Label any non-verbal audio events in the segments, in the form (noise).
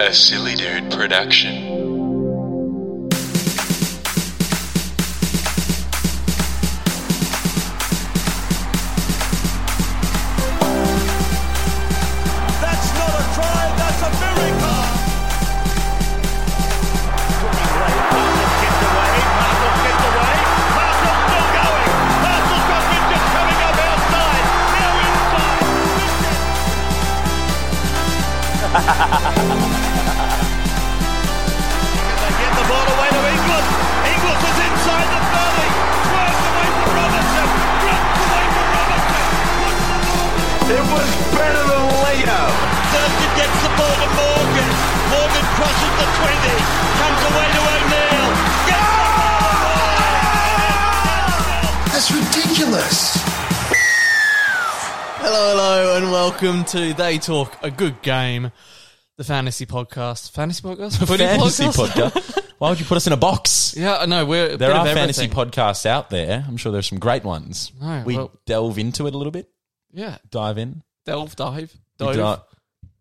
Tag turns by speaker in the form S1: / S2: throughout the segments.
S1: A Silly Dude production.
S2: That's not a try, that's a miracle! It was better than later. Thurston gets the ball to Morgan. Morgan crosses the 20, comes away to O'Neill.
S3: That's ridiculous.
S4: Hello, hello, and welcome to They Talk a Good Game, the fantasy podcast. Fantasy podcast? Footy
S5: (laughs) fantasy podcast. Why would you put us in a box?
S4: (laughs) Yeah, I know. We're a
S5: There
S4: bit
S5: are
S4: of
S5: fantasy
S4: everything.
S5: podcasts out there. I'm sure there's some great ones.
S4: No,
S5: we
S4: well-
S5: delve into it a little bit.
S4: Yeah.
S5: Dive in.
S4: Delve, dive,
S5: We
S4: dove,
S5: di-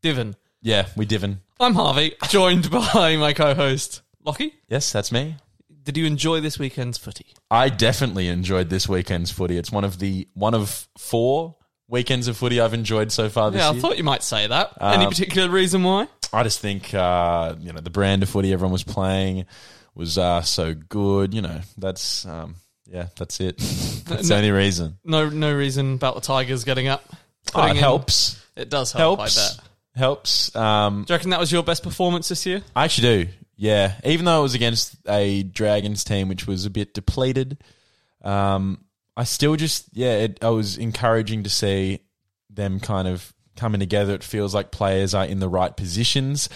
S4: divin.
S5: yeah, we divin.
S4: I'm Harvey, joined (laughs) by my co host, Lockie.
S5: Yes, that's me.
S4: Did you enjoy this weekend's footy?
S5: I definitely enjoyed this weekend's footy. It's one of the one of four weekends of footy I've enjoyed so far this
S4: yeah, I
S5: year.
S4: thought you might say that. Any
S5: Um,
S4: particular reason why?
S5: I just think uh, you know the brand of footy everyone was playing was uh, so good. You know that's um, yeah that's it. (laughs) that's the only reason.
S4: No no reason about the Tigers getting up.
S5: Oh,
S4: Putting
S5: it
S4: in-
S5: helps.
S4: It does help,
S5: Helps.
S4: I bet.
S5: Helps. Um,
S4: Do you reckon that was your best performance this year?
S5: I actually do. Yeah, even though it was against a Dragons team which was a bit depleted, um, I still just yeah, it, I was encouraging to see them kind of coming together. It feels like players are in the right positions.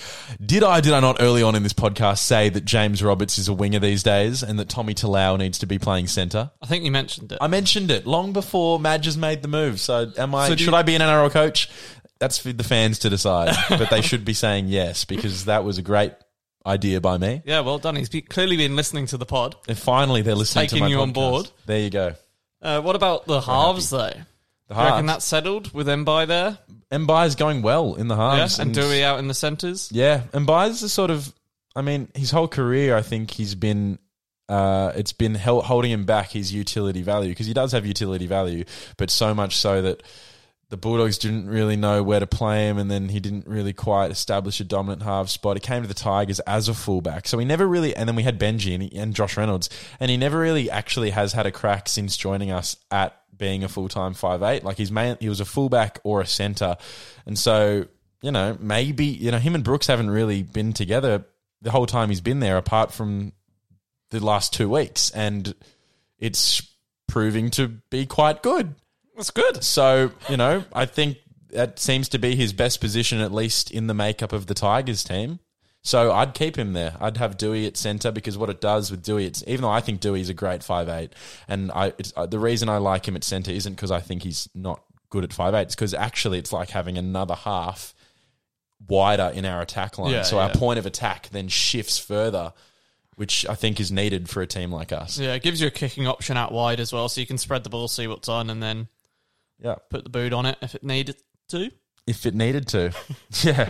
S5: Did I did I not early on in this podcast say that James Roberts is a winger these days and that Tommy Talau needs to be playing centre?
S4: I think you mentioned it.
S5: I mentioned it long before Madges made the move. So am I?
S4: So do
S5: should
S4: you-
S5: I be an NRL coach? That's for the fans to decide, (laughs) but they should be saying yes because that was a great idea by me.
S4: yeah, well done. He's be- clearly been listening to the pod.
S5: And finally, they're listening
S4: Taking
S5: to my
S4: you on
S5: podcast.
S4: board.
S5: There you go.
S4: Uh, what about the halves though? Do you
S5: The
S4: reckon
S5: halves.
S4: that's settled with Mbai there?
S5: Mbai is going well in the
S4: Yeah,
S5: halves,
S4: and Dewey out in the centres.
S5: Yeah, and Byers is sort of. I mean, his whole career, I think he's been. Uh, it's been hel- holding him back his utility value because he does have utility value, but so much so that the Bulldogs didn't really know where to play him, and then he didn't really quite establish a dominant half spot. He came to the Tigers as a fullback, so he never really. And then we had Benji and, he, and Josh Reynolds, and he never really actually has had a crack since joining us at being a full time five eight. Like he's main, he was a fullback or a center, and so you know maybe you know him and Brooks haven't really been together the whole time he's been there, apart from the last two weeks, and it's proving to be quite good.
S4: That's good.
S5: So, you know, I think that seems to be his best position, at least in the makeup of the Tigers team. So I'd keep him there. I'd have Dewey at centre because what it does with Dewey, it's even though I think Dewey's a great five eight, and I it's, uh, the reason I like him at centre isn't because I think he's not good at five eight. It's because actually it's like having another half wider in our attack line.
S4: Yeah,
S5: so our
S4: yeah.
S5: point of attack then shifts further, which I think is needed for a team like us.
S4: Yeah, it gives you a kicking option out wide as well, so you can spread the ball, see what's on, and then
S5: yeah.
S4: put the boot on it if it needed to.
S5: If it needed to. (laughs) yeah.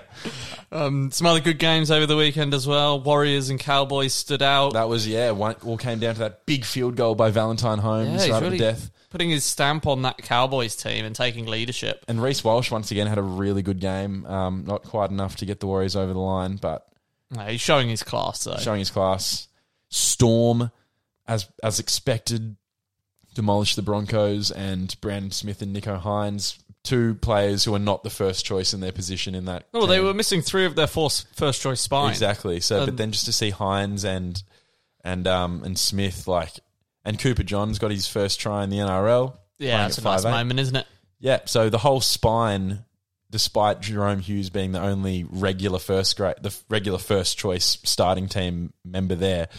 S4: Um, some other good games over the weekend as well. Warriors and Cowboys stood out.
S5: That was yeah. One all came down to that big field goal by Valentine
S4: yeah,
S5: Holmes
S4: he's
S5: right
S4: really
S5: at death.
S4: putting his stamp on that Cowboys team and taking leadership.
S5: And Reese Walsh once again had a really good game. Um, not quite enough to get the Warriors over the line, but
S4: No, he's showing his class though.
S5: showing his class. Storm, as as expected, demolished the Broncos and Brandon Smith and Nico Hines, two players who are not the first choice in their position in that.
S4: well, Oh, they
S5: team.
S4: were missing three of their four s- first choice spine.
S5: Exactly. So,
S4: Um,
S5: but then just to see Hines and and um and Smith like and Cooper John's got his first try in the NRL.
S4: Yeah,
S5: playing
S4: that's a
S5: at
S4: nice
S5: 5'8".
S4: moment, isn't it?
S5: Yeah, so the whole spine, despite Jerome Hughes being the only regular first grade, the f- regular first choice starting team member there,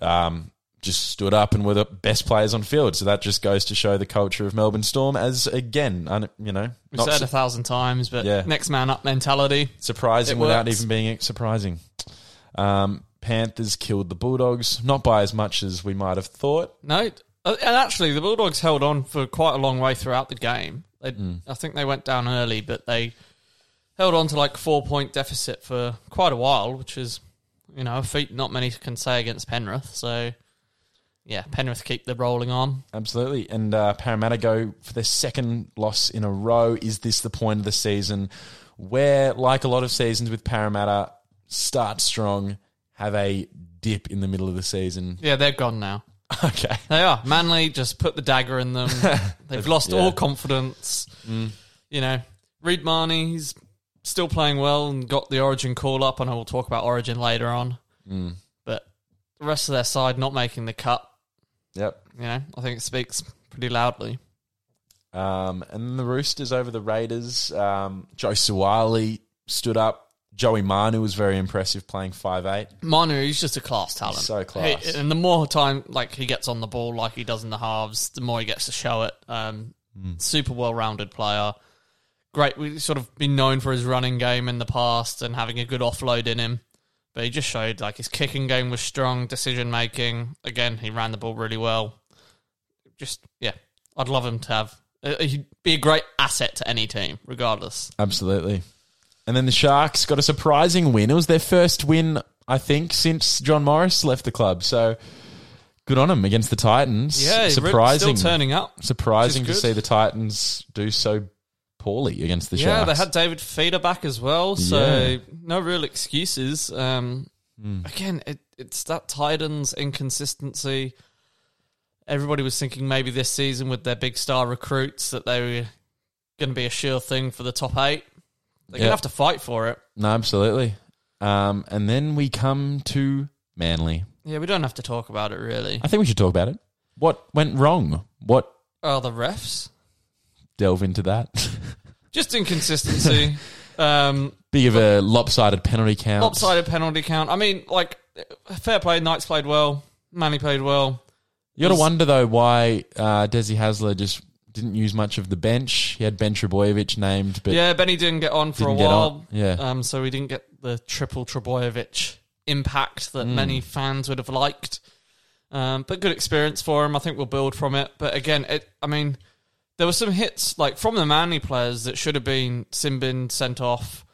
S5: um, just stood up and were the best players on field. So that just goes to show the culture of Melbourne Storm. As again, un- you know,
S4: We've said it a thousand times, but
S5: Yeah.
S4: next man up mentality.
S5: surprising
S4: It
S5: without
S4: works.
S5: even being surprising. Um, Panthers killed the Bulldogs, not by as much as we might have thought.
S4: No, uh, and actually, the Bulldogs held on for quite a long way throughout the game. They, I think they went down early, but they held on to like four point deficit for quite a while, which is you know a feat not many can say against Penrith. So yeah, Penrith keep the rolling on.
S5: Absolutely. And uh, Parramatta go for their second loss in a row. Is this the point of the season where, like a lot of seasons with Parramatta, start strong, have a dip in the middle of
S4: (laughs)
S5: the season?
S4: Yeah, they're gone now.
S5: Okay.
S4: They are. Manly just put the dagger in them. They've lost
S5: Yeah.
S4: all confidence. You know, Reed Marnie, he's still playing well and got the Origin call up. I know we'll talk about Origin later on. But the rest of their side not making the cut,
S5: Yep.
S4: you know, I think it speaks pretty loudly.
S5: Um, and then the Roosters over the Raiders. Um, Joe Suwali stood up. Joey Manu was very impressive playing five eight.
S4: Manu, he's just a class talent.
S5: So class.
S4: He- and the more time like he gets on the ball, like he does in the halves, the more he gets to show it. Um,
S5: Hmm.
S4: Super well-rounded player. Great. We've sort of been known for his running game in the past and having a good offload in him. But he just showed like his kicking game was strong, decision making. Again, he ran the ball really well. Just yeah, I'd love him to have. uh, He'd be a great asset to any team, regardless.
S5: Absolutely. And then the Sharks got a surprising win. It was their first win, I think, since John Morris left the club. So good on them against the Titans.
S4: Yeah,
S5: surprising.
S4: still turning up.
S5: surprising
S4: which
S5: to
S4: is
S5: see
S4: good.
S5: the Titans do so poorly against the
S4: Yeah,
S5: Sharks.
S4: they had David Feeder back as well, so
S5: Yeah. Hmm.
S4: no real excuses. Um, Again, it, it's that Titans inconsistency. Everybody was thinking maybe this season with their big star recruits that they were going to be a sure thing for the top eight. They're going
S5: Yeah.
S4: to have to fight for it.
S5: no, absolutely. Um, and then we come to Manly.
S4: Yeah, we don't have to talk about it really.
S5: I think we should talk about it. What went wrong? What
S4: Oh, the refs.
S5: delve into that? (laughs)
S4: Just inconsistency. um,
S5: Big of a lopsided penalty count.
S4: lopsided penalty count. I mean, like, fair play. Knights played well. Manny played well.
S5: You got to
S4: Was-
S5: wonder though why uh, Desi Hasler just didn't use much of the bench. He had Ben Trebojevic named, but
S4: yeah, Benny didn't get on for a
S5: Didn't get
S4: while.
S5: on, yeah.
S4: Um, so we didn't get the triple Trebojevic impact
S5: Hmm.
S4: that many fans would have liked. Um, but good experience for him. I think we'll build from it. But again, it. I mean, there were some hits like from the Manly players that should have been Simbin sent off.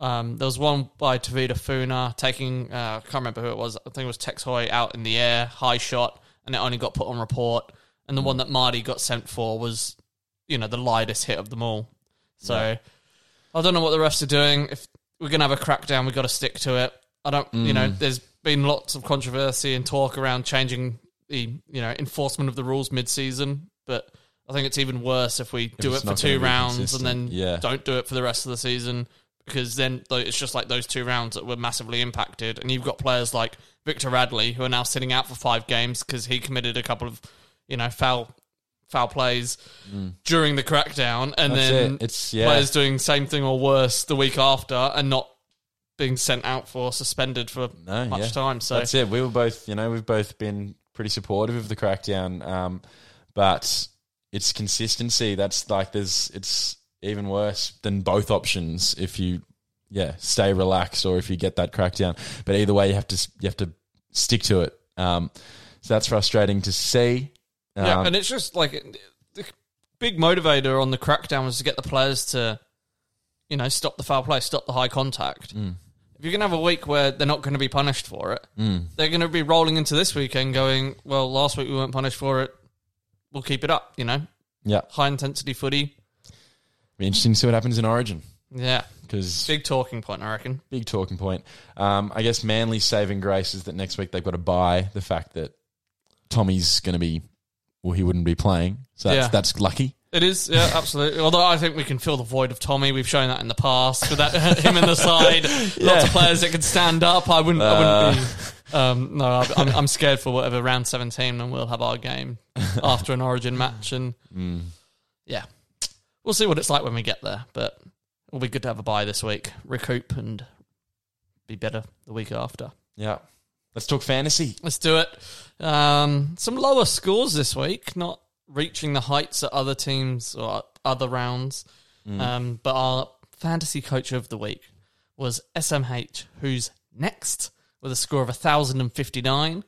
S4: Um, there was one by Tavita Funa taking, uh, I can't remember who it was. I think it was Tex Hoy out in the air, high shot, and it only got put on report. And the
S5: Hmm.
S4: one that Marty got sent for was, you know, the lightest hit of them all. So I don't know what the refs are doing. If we're gonna have a crackdown, we've got to stick to it. I don't, you know,
S5: Mm.
S4: there's been lots of controversy and talk around changing the, you know, enforcement of the rules mid-season, but I think it's even worse if we do it
S5: it's
S4: for
S5: not gonna
S4: two
S5: be
S4: rounds and then
S5: consistent. Yeah.
S4: don't do it for the rest of the season because then tho- it's just like those two rounds that were massively impacted, and you've got players like Victor Radley who are now sitting out for five games because he committed a couple of, you know, foul foul plays during the crackdown, and
S5: Mm. That's
S4: then
S5: it. It's- yeah.
S4: players doing same thing or worse the week after, and not being sent out for suspended for
S5: no,
S4: much
S5: yeah.
S4: time. So
S5: that's it. We were both, you know, we've both been pretty supportive of the crackdown, um, but it's consistency. That's like there's it's even worse than both options if you, yeah, stay relaxed or if you get that crackdown. But either way, you have to you have to stick to it. Um, so that's frustrating to see. Um,
S4: Yeah, and it's just like it- the big motivator on the crackdown was to get the players to, you know, stop the foul play, stop the high contact.
S5: Mm.
S4: If you're going to have a week where they're not going to be punished for it,
S5: Mm.
S4: they're going to be rolling into this weekend going, well, last week we weren't punished for it. We'll keep it up, you know,
S5: yeah,
S4: high intensity footy.
S5: be interesting to see what happens in Origin
S4: Yeah,
S5: because
S4: big talking point, I reckon.
S5: big talking point. Um, I guess Manly's saving grace is that next week they've got to buy the fact that Tommy's going to be, well, he wouldn't be playing. So that's,
S4: Yeah.
S5: that's lucky.
S4: It is, yeah, (laughs) absolutely. Although I think we can fill the void of Tommy. We've shown that in the past with that (laughs) him in the side. Lots
S5: Yeah.
S4: of players that can stand up. I wouldn't. I wouldn't be. Um, no, I- I'm, I'm scared for whatever round 17, and we'll have our game after an Origin match, and yeah, we'll see what it's like when we get there. But it'll be good to have a buy this week, recoup, and be better the week after.
S5: Yeah. Let's talk fantasy.
S4: Let's do it. Um, some lower scores this week, not reaching the heights at other teams or other rounds.
S5: Mm.
S4: Um, but our fantasy coach of the week was SMH, who's next with a score of 1,059.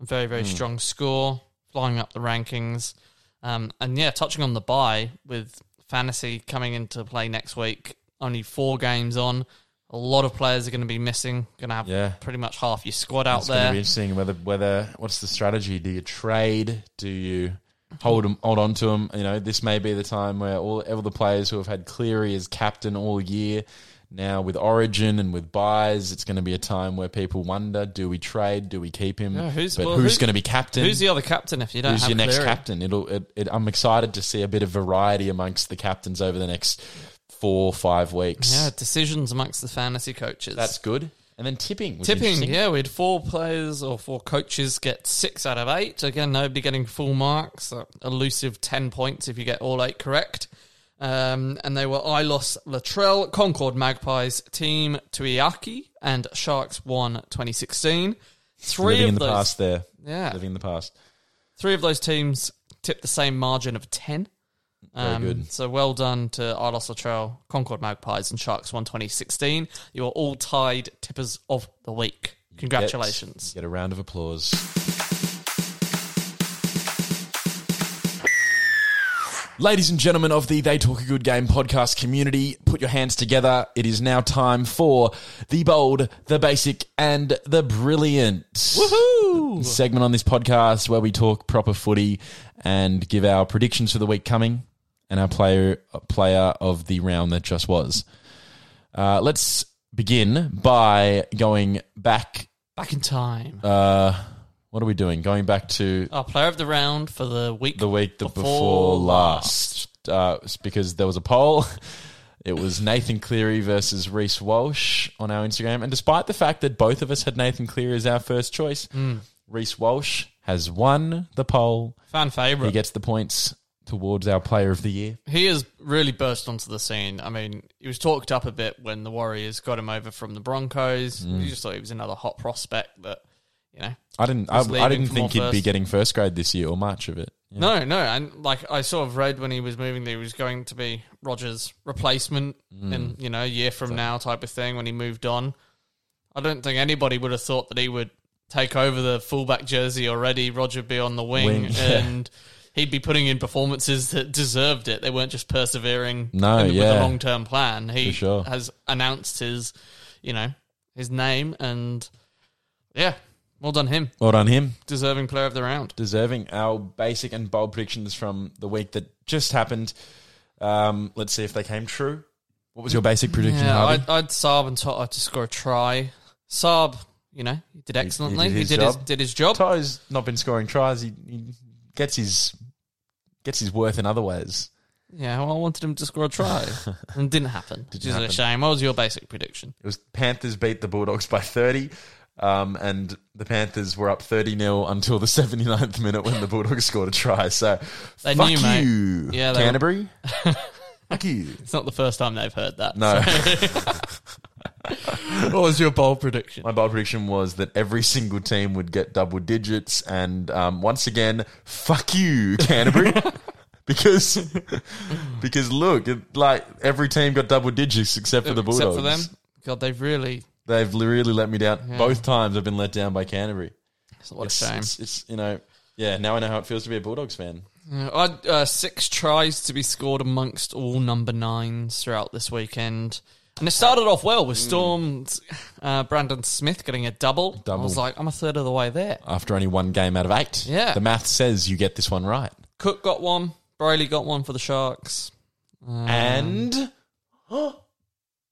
S4: A very,
S5: Mm.
S4: very strong score, flying up the rankings. Um, and yeah, touching on the buy with fantasy coming into play next week, only four games on. A lot of players are going to be missing. Going to have
S5: Yeah.
S4: pretty much half your squad out
S5: It's going to
S4: there.
S5: be interesting whether whether what's the strategy? Do you trade? Do you hold 'em- hold on to them? You know, this may be the time where all, all the players who have had Cleary as captain all year. Now with Origin and with buys, it's going to be a time where people wonder: Do we trade? Do we keep him?
S4: Yeah, who's-
S5: but
S4: well,
S5: who's
S4: who-
S5: going to be captain?
S4: Who's the other captain if you don't
S5: Who's
S4: have
S5: your next
S4: Cleary?
S5: captain? It'll. It, it, I'm excited to see a bit of variety amongst the captains over the next four five weeks.
S4: Yeah, decisions amongst the fantasy coaches.
S5: that's good. And then tipping. Was
S4: tipping.
S5: interesting.
S4: Yeah, we had four players or four coaches get six out of eight. Again, nobody getting full marks. uh, Elusive ten points if you get all eight correct. Um, and they were Ilos Latrell, Concord Magpies, Team Tuiaki, and Sharks One 2016. Three
S5: living
S4: of
S5: in the
S4: those,
S5: past there.
S4: Yeah.
S5: living in the past.
S4: three of those teams tipped the same margin of ten. Um,
S5: Very good.
S4: So well done to Arlos Latrell, Concord Magpies, and Sharks One 2016. You are all tied tippers of the week. Congratulations.
S5: Get, get a round of applause. Ladies and gentlemen of the They Talk a Good Game podcast community, put your hands together. It is now time for the bold, the basic, and the brilliant. Woohoo! Segment on this podcast where we talk proper footy and give our predictions for the week coming and our player player of the round that just was. Uh, let's begin by going back
S4: Back in time.
S5: uh, what are we doing? Going back to
S4: Our player of the round for the week.
S5: the week the before last, uh, it's because there was a poll. (laughs) It was Nathan Cleary versus Reese Walsh on our Instagram, and despite the fact that both of us had Nathan Cleary as our first choice, Reese Walsh has won the poll.
S4: Fan
S5: He
S4: favorite.
S5: gets the points towards our Player of the Year.
S4: he has really burst onto the scene. I mean, he was talked up a bit when the Warriors got him over from the Broncos.
S5: Mm.
S4: You just thought he was another hot prospect that, you know.
S5: I didn't. I,
S4: Just
S5: I
S4: leaving
S5: didn't
S4: from
S5: think
S4: off
S5: he'd be
S4: first.
S5: getting first grade this year or much of it. Yeah.
S4: No, no. And like I sort of read when he was moving that he was going to be Rogers' replacement
S5: Mm.
S4: in, you know, a year from now type of thing when he moved on. I don't think anybody would have thought that he would take over the fullback jersey already. Roger would be on the wing,
S5: Wing, (laughs) yeah.
S4: and he'd be putting in performances that deserved it. They weren't just persevering
S5: No,
S4: in- with
S5: yeah.
S4: a long term plan. He
S5: For sure.
S4: has announced his, you know, his name, and yeah, well done him,
S5: Well done him.
S4: deserving player of the round.
S5: deserving our basic and bold predictions from the week that just happened. Um, let's see if they came true. What was your basic prediction,
S4: Yeah,
S5: Harvey?
S4: I'd, I'd Saab and Totta to score a try. Saab, you know, he did excellently. He
S5: his
S4: did, his,
S5: job.
S4: did his job.
S5: Toto's not been scoring tries. He, he gets his gets his worth in other ways.
S4: Yeah, well, I wanted him to score a (laughs) try, and it didn't happen. Which is a
S5: happen.
S4: shame. What was your basic prediction?
S5: It was Panthers beat the Bulldogs by 30. Um, and the Panthers were up 30 0 until the 79th minute when the Bulldogs (laughs) scored a try. So,
S4: They
S5: fuck
S4: knew, mate.
S5: you,
S4: Yeah, they were- (laughs)
S5: Canterbury. fuck you.
S4: It's not the first time they've heard that.
S5: No.
S4: (laughs) what was your bold prediction?
S5: My bold prediction was that every single team would get double digits, and um, once again, fuck you,
S4: (laughs)
S5: Canterbury, because because look, it, like every team got double digits except for the Bulldogs.
S4: Except for them. God, they've really.
S5: they've really let me down. Both times I've been let down by Canterbury.
S4: What a
S5: It's,
S4: shame.
S5: it's, it's, you know, yeah. Now I know how it feels to be a Bulldogs fan.
S4: Yeah, I'd uh, six tries to be scored amongst all number nines throughout this weekend. And it started off well with Storm's uh, Brandon Smith getting a double. I was like, I'm a third of the way there.
S5: After only one game out of eight,
S4: Yeah.
S5: the math says you get this one right,
S4: Cook got one. Braley got one for the Sharks. Um,
S5: and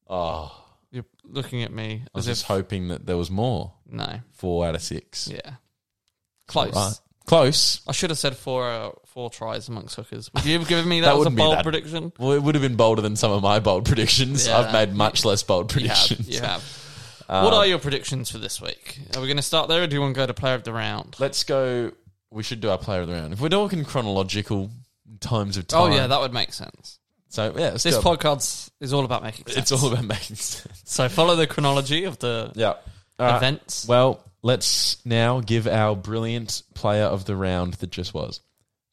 S5: oh,
S4: You're looking at me
S5: I was
S4: as
S5: just
S4: if.
S5: hoping that there was more.
S4: No.
S5: Four out of six.
S4: Yeah. Close.
S5: Right. Close.
S4: I should have said four uh, four tries amongst hookers. Would you have given
S5: (laughs)
S4: me that,
S5: That
S4: as a
S5: wouldn't be
S4: bold
S5: that-
S4: prediction?
S5: Well, it would have been bolder than some of my bold predictions.
S4: Yeah.
S5: I've made much less bold
S4: You have.
S5: predictions.
S4: You have.
S5: (laughs) Um,
S4: what are your predictions for this week? Are we going to start there, or do you want to go to player of the round?
S5: Let's go. We should do our player of the round. If we're talking chronological times of time,
S4: Oh yeah, that Oh, would make sense.
S5: So yeah, it's
S4: This
S5: good.
S4: podcast is all about making sense.
S5: It's all about making sense.
S4: So follow the chronology of the
S5: Yeah. All right.
S4: events.
S5: Well, let's now give our brilliant player of the round that just was.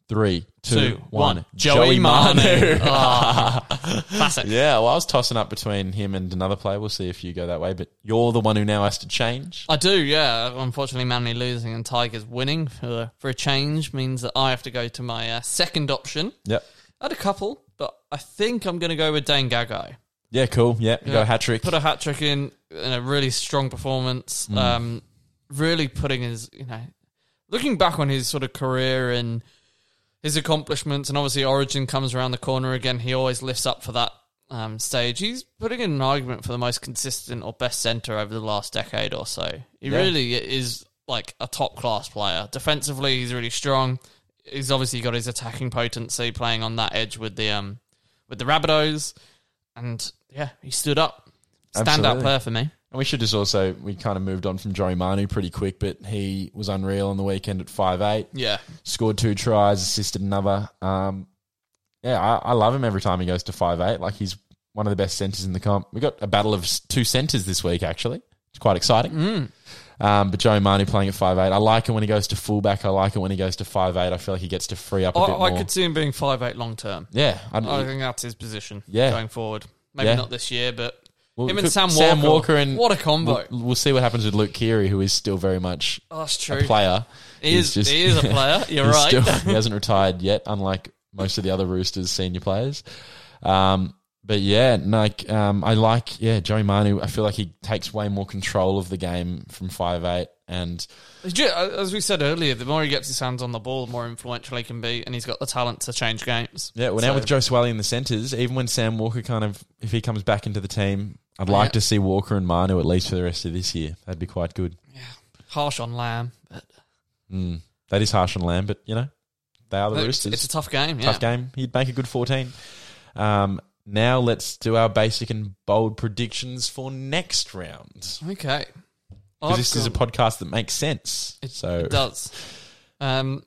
S5: Three, two, one.
S4: Two, one. Joey Manu. Ah, classic.
S5: (laughs) Yeah, well, I was tossing up between him and another player. We'll see if you go that way, but you're the one who now has to change.
S4: I do, yeah. Unfortunately, Manly losing and Tigers winning for, for a change means that I have to go to my uh, second option.
S5: Yep.
S4: I had a couple, but I think I'm going to go with Dane Gagai.
S5: Yeah, cool. Yep. You got a hat trick.
S4: Put a hat trick in in a really strong performance. Um, really putting his, you know, looking back on his sort of career and his accomplishments, and obviously Origin comes around the corner again. He always lifts up for that um, stage. He's putting in an argument for the most consistent or best centre over the last decade or so. He really is like a top class player. Defensively, he's really strong. He's obviously got his attacking potency playing on that edge with the um with the Rabbitohs, and yeah, he stood up. Standout
S5: Absolutely.
S4: player for me.
S5: And we should just also, we kind of moved on from Joey Manu pretty quick, but he was unreal on the weekend at five eight.
S4: Yeah,
S5: Scored two tries, assisted another. Um, yeah, I, I love him every time he goes to five eight. Like, he's one of the best centres in the comp. We got a battle of s- two centres this week, actually. It's quite exciting.
S4: Mm.
S5: Um, but Joey Manu playing at five eight. I like it when he goes to fullback. I like it when he goes to five eight. I feel like he gets to free up a
S4: I,
S5: bit
S4: I
S5: more.
S4: could see him being five eight long term.
S5: yeah. I'd-
S4: I think that's his position.
S5: Yeah.
S4: going forward. Maybe
S5: Yeah.
S4: not this year, but
S5: Well,
S4: him
S5: we
S4: and
S5: could-
S4: Sam Walker.
S5: Sam Walker and
S4: what a combo!
S5: We'll, we'll see what happens with Luke Keary, who is still very much
S4: Oh, that's true.
S5: a player.
S4: He is- he
S5: (laughs)
S4: is a player. You're right.
S5: he hasn't retired yet, unlike most of the other Roosters senior players. Um, but yeah, like um, I like yeah Joey Manu. I feel like he takes way more control of the game from five eight, and
S4: He's (laughs) ju- As we said earlier, the more he gets his hands on the ball, the more influential he can be, and he's got the talent to change games.
S5: yeah. Well, now with Joe Swally in the centres, even when Sam Walker kind of if he comes back into the team, I'd like
S4: Yeah.
S5: to see Walker and Manu at least for the rest of this year. That'd be quite good.
S4: Harsh on Lamb, but
S5: That is harsh on Lamb, but you know they are the
S4: it's,
S5: Roosters.
S4: it's a tough game. Yeah.
S5: tough game. He'd make a good 14. Um, now let's do our basic and bold predictions for next round.
S4: Okay.
S5: Because
S4: I've
S5: this is a
S4: gone-
S5: podcast that makes sense.
S4: It,
S5: so
S4: it does. Um,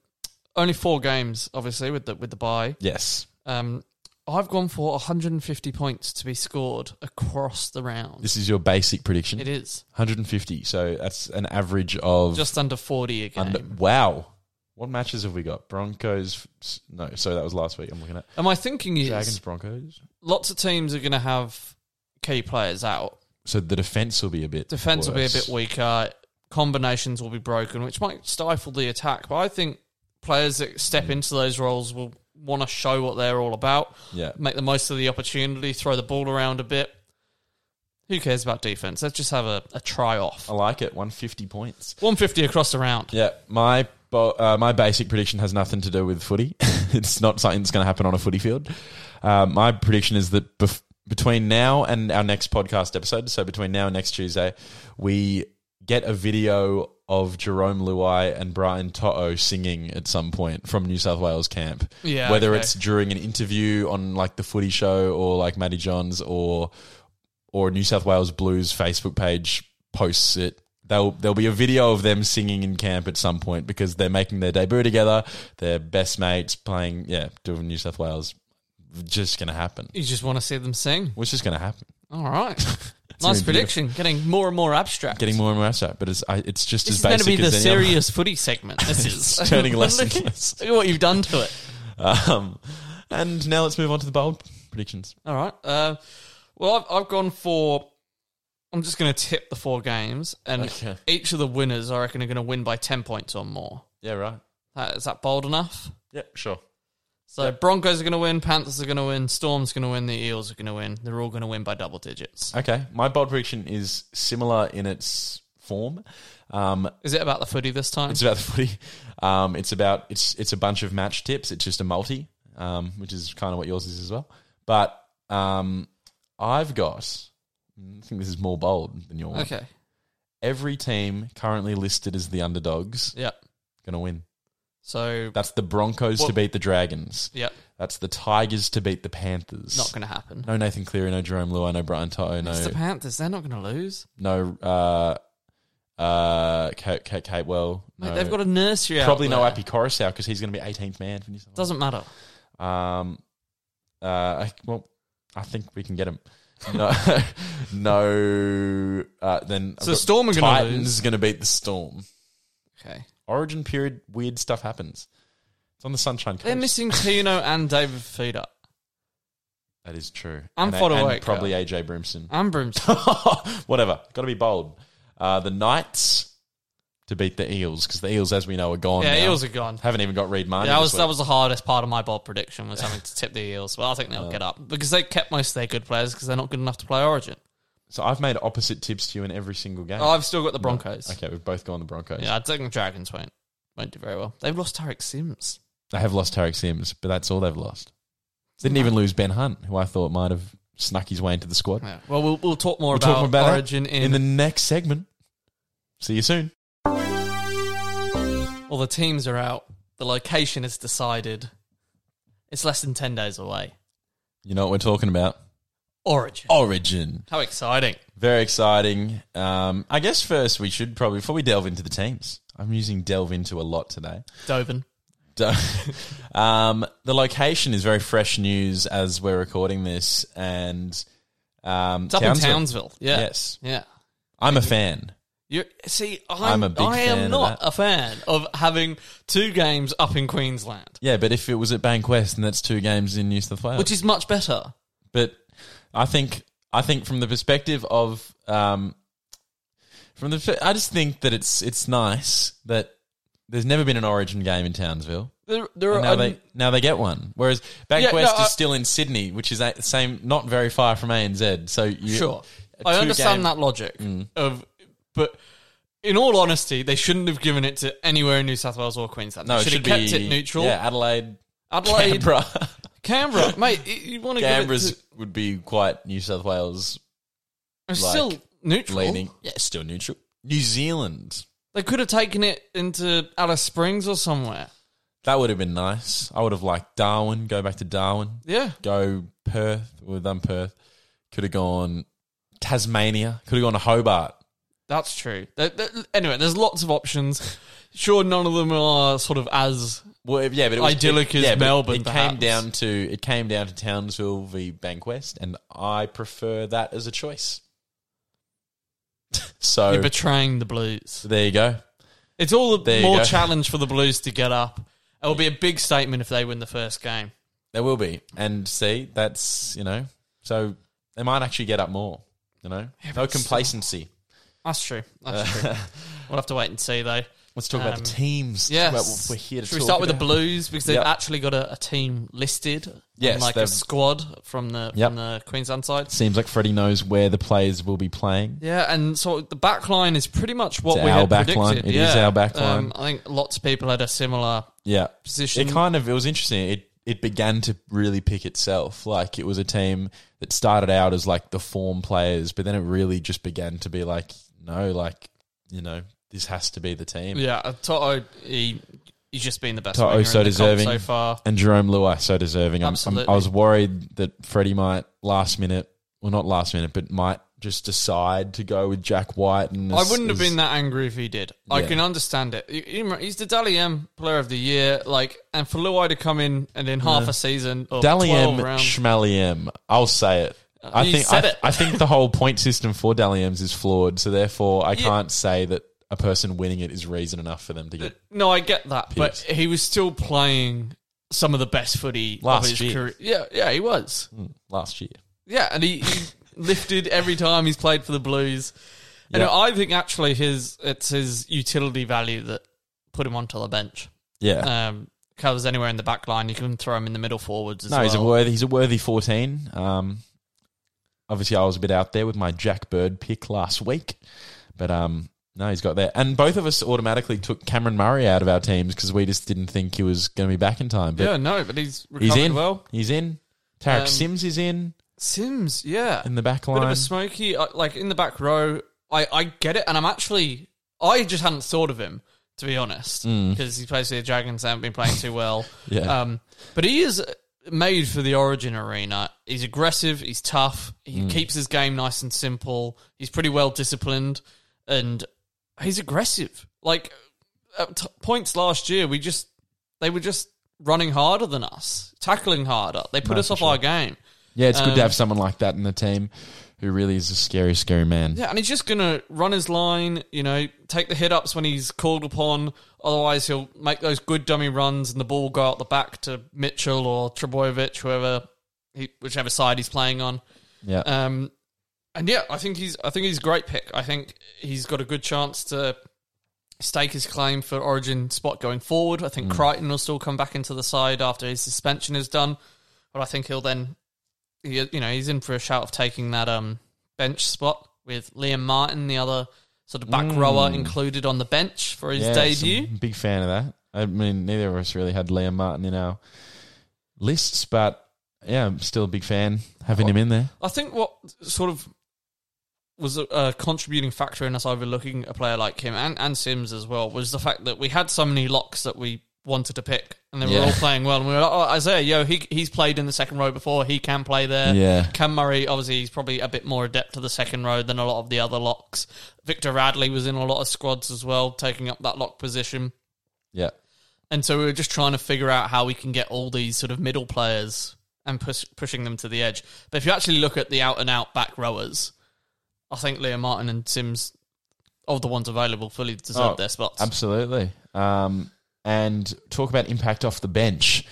S4: only four games, obviously, with the with the bye.
S5: yes,
S4: Um, I've gone for 150 points to be scored across the round.
S5: this is your basic prediction.
S4: it is
S5: 150. So that's an average of
S4: just under 40 a game.
S5: under- wow. What matches have we got? Broncos. No, so that was last week. I'm looking at
S4: and my thinking is,
S5: Dragons. Broncos.
S4: lots of teams are going to have key players out.
S5: So the defense will be a bit.
S4: defense will be a
S5: worse.
S4: bit weaker. Combinations will be broken, which might stifle the attack. But I think players that
S5: Mm.
S4: step into those roles will want to show what they're all about.
S5: Yeah.
S4: make the most of the opportunity, throw the ball around a bit. Who cares about defense? Let's just have a, a try off.
S5: I like it. 150 points.
S4: 150 across the round.
S5: Yeah, my bo- uh, my basic prediction has nothing to do with footy. (laughs) it's not something that's going to happen on a footy field. Um, my prediction is that bef- between now and our next podcast episode, so between now and next Tuesday, we get a video of Jerome Luai and Brian To'o singing at some point from New South Wales camp.
S4: Yeah,
S5: whether
S4: okay.
S5: it's during an interview on like the footy show or like Matty Johns or or New South Wales Blues Facebook page posts it. They'll, there'll be a video of them singing in camp at some point because they're making their debut together. They're best mates playing, yeah, doing New South Wales. Just going to happen.
S4: You just want to see them sing.
S5: It's just going to happen.
S4: All
S5: (laughs)
S4: right. nice
S5: be
S4: prediction. Getting more and more abstract.
S5: Getting more and more abstract, but it's I, it's just
S4: this
S5: as
S4: is going to
S5: basic
S4: be the
S5: as any other-
S4: serious footy segment. This is
S5: (laughs)
S4: (laughs)
S5: It's turning less
S4: Look
S5: and
S4: at-
S5: less.
S4: Look at what you've done to it.
S5: (laughs) Um, and now let's move on to the bold predictions.
S4: All right. Uh, well, I've, I've gone for. I'm just going to tip the four games, and
S5: Okay.
S4: each of the winners, I reckon, are going to win by 10 points or more.
S5: Yeah, right.
S4: Uh, Is that bold enough?
S5: Yeah, sure.
S4: So Broncos are going to win, Panthers are going to win, Storm's going to win, the Eels are going to win. They're all going to win by double digits.
S5: Okay, my bold prediction is similar in its form. Um,
S4: Is it about the footy this time?
S5: It's about the footy. Um, it's about it's it's a bunch of match tips. It's just a multi, um, which is kind of what yours is as well. But um, I've got. I think this is more bold than your one.
S4: okay.
S5: Every team currently listed as the underdogs
S4: Yeah.
S5: going to win.
S4: So
S5: That's the Broncos
S4: Well-
S5: to beat the Dragons.
S4: yeah,
S5: That's the Tigers to beat the Panthers.
S4: not going to happen.
S5: no Nathan Cleary, no Jerome Luai, no Brian Toto, no
S4: It's the Panthers. They're not going to lose.
S5: no uh, uh, Kate, Kate Catewell.
S4: Mate,
S5: no-
S4: They've got a nursery. out
S5: probably no
S4: there.
S5: Appy Coruscant because he's going to be 18th man. for New South Wales.
S4: Doesn't matter.
S5: Um, Uh, I, well, I think we can get him. No, (laughs) no. Uh, then
S4: So Storm are gonna
S5: Titans
S4: lose.
S5: is going to beat the Storm.
S4: Okay.
S5: Origin period, weird stuff happens. It's on the Sunshine Coast.
S4: They're missing Tino and David Feeder.
S5: that is true.
S4: And
S5: a-
S4: Fodawaker.
S5: and probably AJ Brimson. (laughs)
S4: And Brimson.
S5: Whatever. Got to be bold. Uh, the Knights to beat the Eels because the Eels, as we know, are gone.
S4: Yeah,
S5: now.
S4: Eels are gone.
S5: Haven't even got Reed Marnie.
S4: That was
S5: this
S4: that
S5: week.
S4: was the hardest part of my bold prediction was having to tip the Eels. Well, I think
S5: Uh.
S4: they'll get up because they kept most of their good players because they're not good enough to play Origin.
S5: So I've made opposite tips to you in every single game.
S4: Oh, I've still got the Broncos.
S5: Okay, we've both gone the Broncos.
S4: Yeah, I think the Dragons won't won't do very well. They've lost Tarek Sims.
S5: They have lost Tarek Sims, but that's all they've lost. Didn't even lose Ben Hunt, who I thought might have snuck his way into the squad.
S4: Yeah. Well, we'll we'll talk more
S5: We'll
S4: about,
S5: talk about that
S4: Origin in,
S5: in the next segment. See you soon.
S4: Well, the teams are out. The location is decided. It's less than ten days away.
S5: You know what we're talking about?
S4: Origin.
S5: Origin.
S4: How exciting!
S5: Very exciting. Um, I guess first we should probably, before we delve into the teams, I'm using delve into a lot today. (laughs)
S4: Doven.
S5: um, the location is very fresh news as we're recording this, and um,
S4: It's up
S5: Townsville.
S4: in Townsville. Yeah.
S5: Yes.
S4: Yeah.
S5: I'm a fan.
S4: You see, I'm,
S5: I'm
S4: i
S5: a big
S4: am
S5: fan of
S4: not
S5: that.
S4: a fan of having two games up in Queensland,
S5: Yeah, but if it was at Bankwest, and that's two games in New South Wales,
S4: which is much better.
S5: but I think I think from the perspective of um, from the I just think that it's it's nice that there's never been an Origin game in Townsville.
S4: There, there
S5: And now
S4: are
S5: they now they get one, whereas Bankwest
S4: Yeah, no, I-
S5: is still in Sydney, which is a, same not very far from ANZ. So you,
S4: sure.
S5: a
S4: I
S5: two
S4: understand
S5: game- Mm.
S4: that logic of, but in all honesty, they shouldn't have given it to anywhere in New South Wales or Queensland.
S5: No,
S4: they
S5: it should
S4: have kept
S5: be,
S4: it neutral.
S5: Yeah, Adelaide, (laughs)
S4: Adelaide, (laughs)
S5: Canberra. (laughs)
S4: Canberra, mate, y- you want to give it
S5: Canberra's
S4: to?
S5: would be quite New South Wales
S4: It's
S5: like,
S4: still neutral.
S5: leaning. Yeah, it's still neutral. New Zealand.
S4: They could have taken it into Alice Springs or somewhere.
S5: That would have been nice. I would have liked Darwin. Go back to Darwin.
S4: Yeah,
S5: Go Perth. We've done Perth. Could have gone Tasmania. Could have gone to Hobart.
S4: That's true. There- there- anyway, there's lots of options. Sure, none of them are sort of as
S5: Well, yeah, but it was
S4: Idyllic
S5: it-
S4: is
S5: yeah, but
S4: Melbourne,
S5: It
S4: perhaps.
S5: came down to it came down to Townsville v Bankwest, and I prefer that as a choice. (laughs) so
S4: you're betraying the Blues.
S5: there you go.
S4: It's all
S5: There
S4: the
S5: you
S4: more
S5: go.
S4: challenge for the Blues to get up. It will be a big statement if they win the first game.
S5: There will be, and see, that's you know, so they might actually get up more. You know, no complacency.
S4: That's true. That's true. (laughs) We'll have to wait and see, though.
S5: Let's Uh, talk about the
S4: Um,
S5: teams.
S4: Yes.
S5: Well, we're here to
S4: Should we
S5: talk
S4: start with the
S5: about-
S4: Blues because they've
S5: Yep.
S4: actually got a, a team listed, and,
S5: Yes,
S4: like a
S5: they've-
S4: squad from the
S5: Yep.
S4: from the Queensland side.
S5: Seems like Freddie knows where the players will be playing.
S4: Yeah, and so the back line is pretty much what
S5: It's
S4: we
S5: our
S4: had
S5: back
S4: predicted.
S5: line. It is
S4: yeah.
S5: our back
S4: Um,
S5: line.
S4: I think lots of people had a similar
S5: Yeah,
S4: Position.
S5: It kind of it was interesting. It it began to really pick itself. Like it was a team that started out as like the form players, but then it really just began to be like, no, like you know, this has to be the team.
S4: Yeah, Toto, he, he's just been the best. winger
S5: Toto
S4: in the
S5: so
S4: comp
S5: deserving,
S4: so far.
S5: and Jerome Luai so deserving. I'm, I'm,
S4: Absolutely.
S5: I was worried that Freddie might last minute, well, not last minute, but might just decide to go with Jack White. And
S4: I
S5: is-
S4: wouldn't have
S5: is-
S4: been that angry if he did. I
S5: Yeah.
S4: can understand it. He- he- He's the Dally M player of the year, like, and for Luai to come in and in half a season or
S5: Dally M,
S4: twelve rounds, Uh,
S5: Schmally M. I'll say it. I
S4: you
S5: think
S4: said
S5: I,
S4: it.
S5: I think the whole point system for Dally M's is flawed, so therefore I can't say that a person winning it is reason enough for them to get.
S4: no, I get that, but
S5: Pigs.
S4: he was still playing some of the best footy
S5: Last
S4: of his
S5: year. Hmm.
S4: career. Yeah, yeah, he was.
S5: last year.
S4: Yeah, and he,
S5: (laughs)
S4: he lifted every time he's played for the Blues. And
S5: Yeah.
S4: I think actually his it's his utility value that put him onto the bench.
S5: Yeah.
S4: um, covers anywhere in the back line. You can throw him in the middle forwards as
S5: no,
S4: well.
S5: he's a worthy. He's a worthy fourteen. Um, obviously, I was a bit out there with my Jack Bird pick last week, but um, no, he's got there. And both of us automatically took Cameron Murray out of our teams because we just didn't think he was going to be back in time. But
S4: yeah, no, but he's recovered
S5: he's in.
S4: well.
S5: He's in. Tarek
S4: Um,
S5: Sims is in
S4: Sims, yeah,
S5: in the back
S4: bit
S5: line.
S4: of a smoky, uh, like in the back row. I, I get it, and I'm actually I just hadn't thought of him to be honest because he plays for the Dragons. They haven't been playing too well.
S5: Hmm. (laughs) Yeah.
S4: um, but he is made for the Origin arena. He's aggressive. He's tough. He
S5: Hmm.
S4: keeps his game nice and simple. He's pretty well disciplined, and he's aggressive. Like at t- points last year, we just they were just running harder than us, tackling harder. They put
S5: No,
S4: us
S5: for
S4: off our game.
S5: Yeah, it's good
S4: Um,
S5: to have someone like that in the team who really is a scary, scary man.
S4: Yeah, and he's just gonna run his line, you know, take the hit ups when he's called upon. Otherwise, he'll make those good dummy runs, and the ball go out the back to Mitchell or Trebojevic, whoever, he, whichever side he's playing on.
S5: Yeah.
S4: Um, and yeah, I think he's I think he's a great pick. I think he's got a good chance to stake his claim for Origin spot going forward. I think
S5: Hmm.
S4: Crichton will still come back into the side after his suspension is done, but I think he'll then, he, you know, he's in for a shout of taking that um bench spot with Liam Martin, the other sort of back rower included on the bench for his
S5: Hmm. Yeah,
S4: debut.
S5: some- Big fan of that. I mean, neither of us really had Liam Martin in our lists, but yeah, I'm still a big fan
S4: Oh.
S5: having him in there.
S4: I think what sort of was a, a contributing factor in us overlooking a player like him and, and Sims as well was the fact that we had so many locks that we wanted to pick and they were
S5: Yeah.
S4: all playing well and we were like, oh, Isaiah, yo, he, he's played in the second row before, he can play there.
S5: Yeah.
S4: Cam Murray, obviously, he's probably a bit more adept to the second row than a lot of the other locks. Victor Radley was in a lot of squads as well, taking up that lock position.
S5: Yeah.
S4: And so we were just trying to figure out how we can get all these sort of middle players and push, pushing them to the edge. But if you actually look at the out and out back rowers, I think Liam Martin and Sims, of the ones available, fully deserve
S5: Oh,
S4: their spots.
S5: Absolutely. Um, and talk about impact off the bench.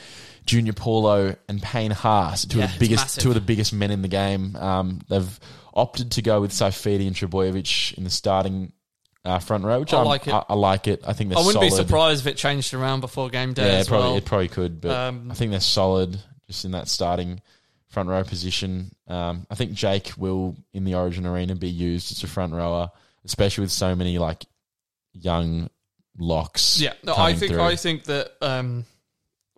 S5: Junior Paulo and Payne Haas, two
S4: Yeah,
S5: of
S4: it's
S5: the biggest,
S4: massive.
S5: two of the biggest men in the game. Um, they've opted to go with Saifidi and Trebojevic in the starting uh, front row, which
S4: I
S5: I'm-
S4: like it.
S5: I, I like it. I think they're
S4: I wouldn't be
S5: solid.
S4: surprised if it changed around before game day
S5: Yeah, it
S4: as
S5: probably
S4: well.
S5: it probably could, but
S4: Um,
S5: I think they're solid just in that starting front row position. Um, I think Jake will in the Origin arena be used as a front rower, especially with so many like young locks.
S4: yeah, no, I
S5: coming
S4: think
S5: through.
S4: I think that um,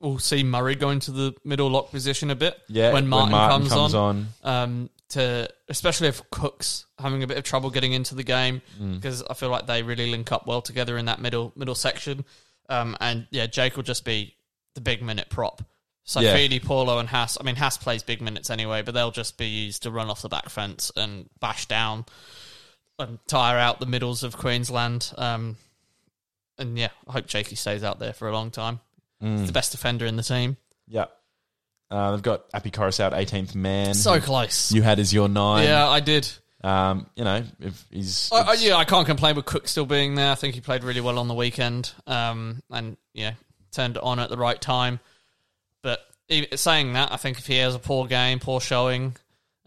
S4: we'll see Murray go into the middle lock position a bit
S5: yeah,
S4: when Martin,
S5: comes,
S4: on.
S5: on,
S4: um, to especially if Cook's having a bit of trouble getting into the game
S5: Mm.
S4: because I feel like they really link up well together in that middle middle section. Um, and yeah, Jake will just be the big minute prop.
S5: Yeah.
S4: Safidi, Paulo, and Haas. I mean, Haas plays big minutes anyway, but they'll just be used to run off the back fence and bash down and tire out the middles of Queensland. Um, and yeah, I hope Jakey stays out there for a long time.
S5: Mm.
S4: He's the best defender in the team.
S5: yeah. Uh, they've got Appy Corris out, 18th man.
S4: So close.
S5: you had as your nine.
S4: yeah, I did.
S5: Um, you know, if he's
S4: I, I, yeah, I can't complain with Cook still being there. I think he played really well on the weekend, um, and you know turned it on at the right time. But even, saying that, I think if he has a poor game, poor showing,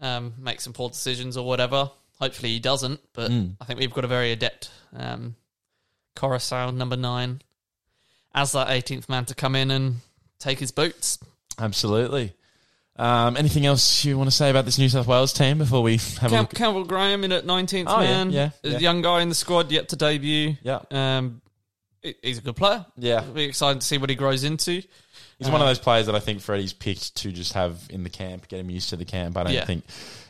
S4: um, makes some poor decisions or whatever, hopefully he doesn't. But
S5: Hmm.
S4: I think we've got a very adept um, Coruscant number nine as that 18th man to come in and take his boots.
S5: absolutely. Um, anything else you want to say about this New South Wales team before we have a
S4: Cam-
S5: look?
S4: Campbell Graham in at 19th
S5: Oh, yeah,
S4: man,
S5: yeah, yeah.
S4: A young guy in the squad yet to debut.
S5: Yeah.
S4: Um, he- he's a good player.
S5: Yeah.
S4: It'll be excited to see what he grows into.
S5: He's
S4: Uh-huh.
S5: one of those players that I think Freddie's picked to just have in the camp, get him used to the camp. I don't
S4: Yeah.
S5: think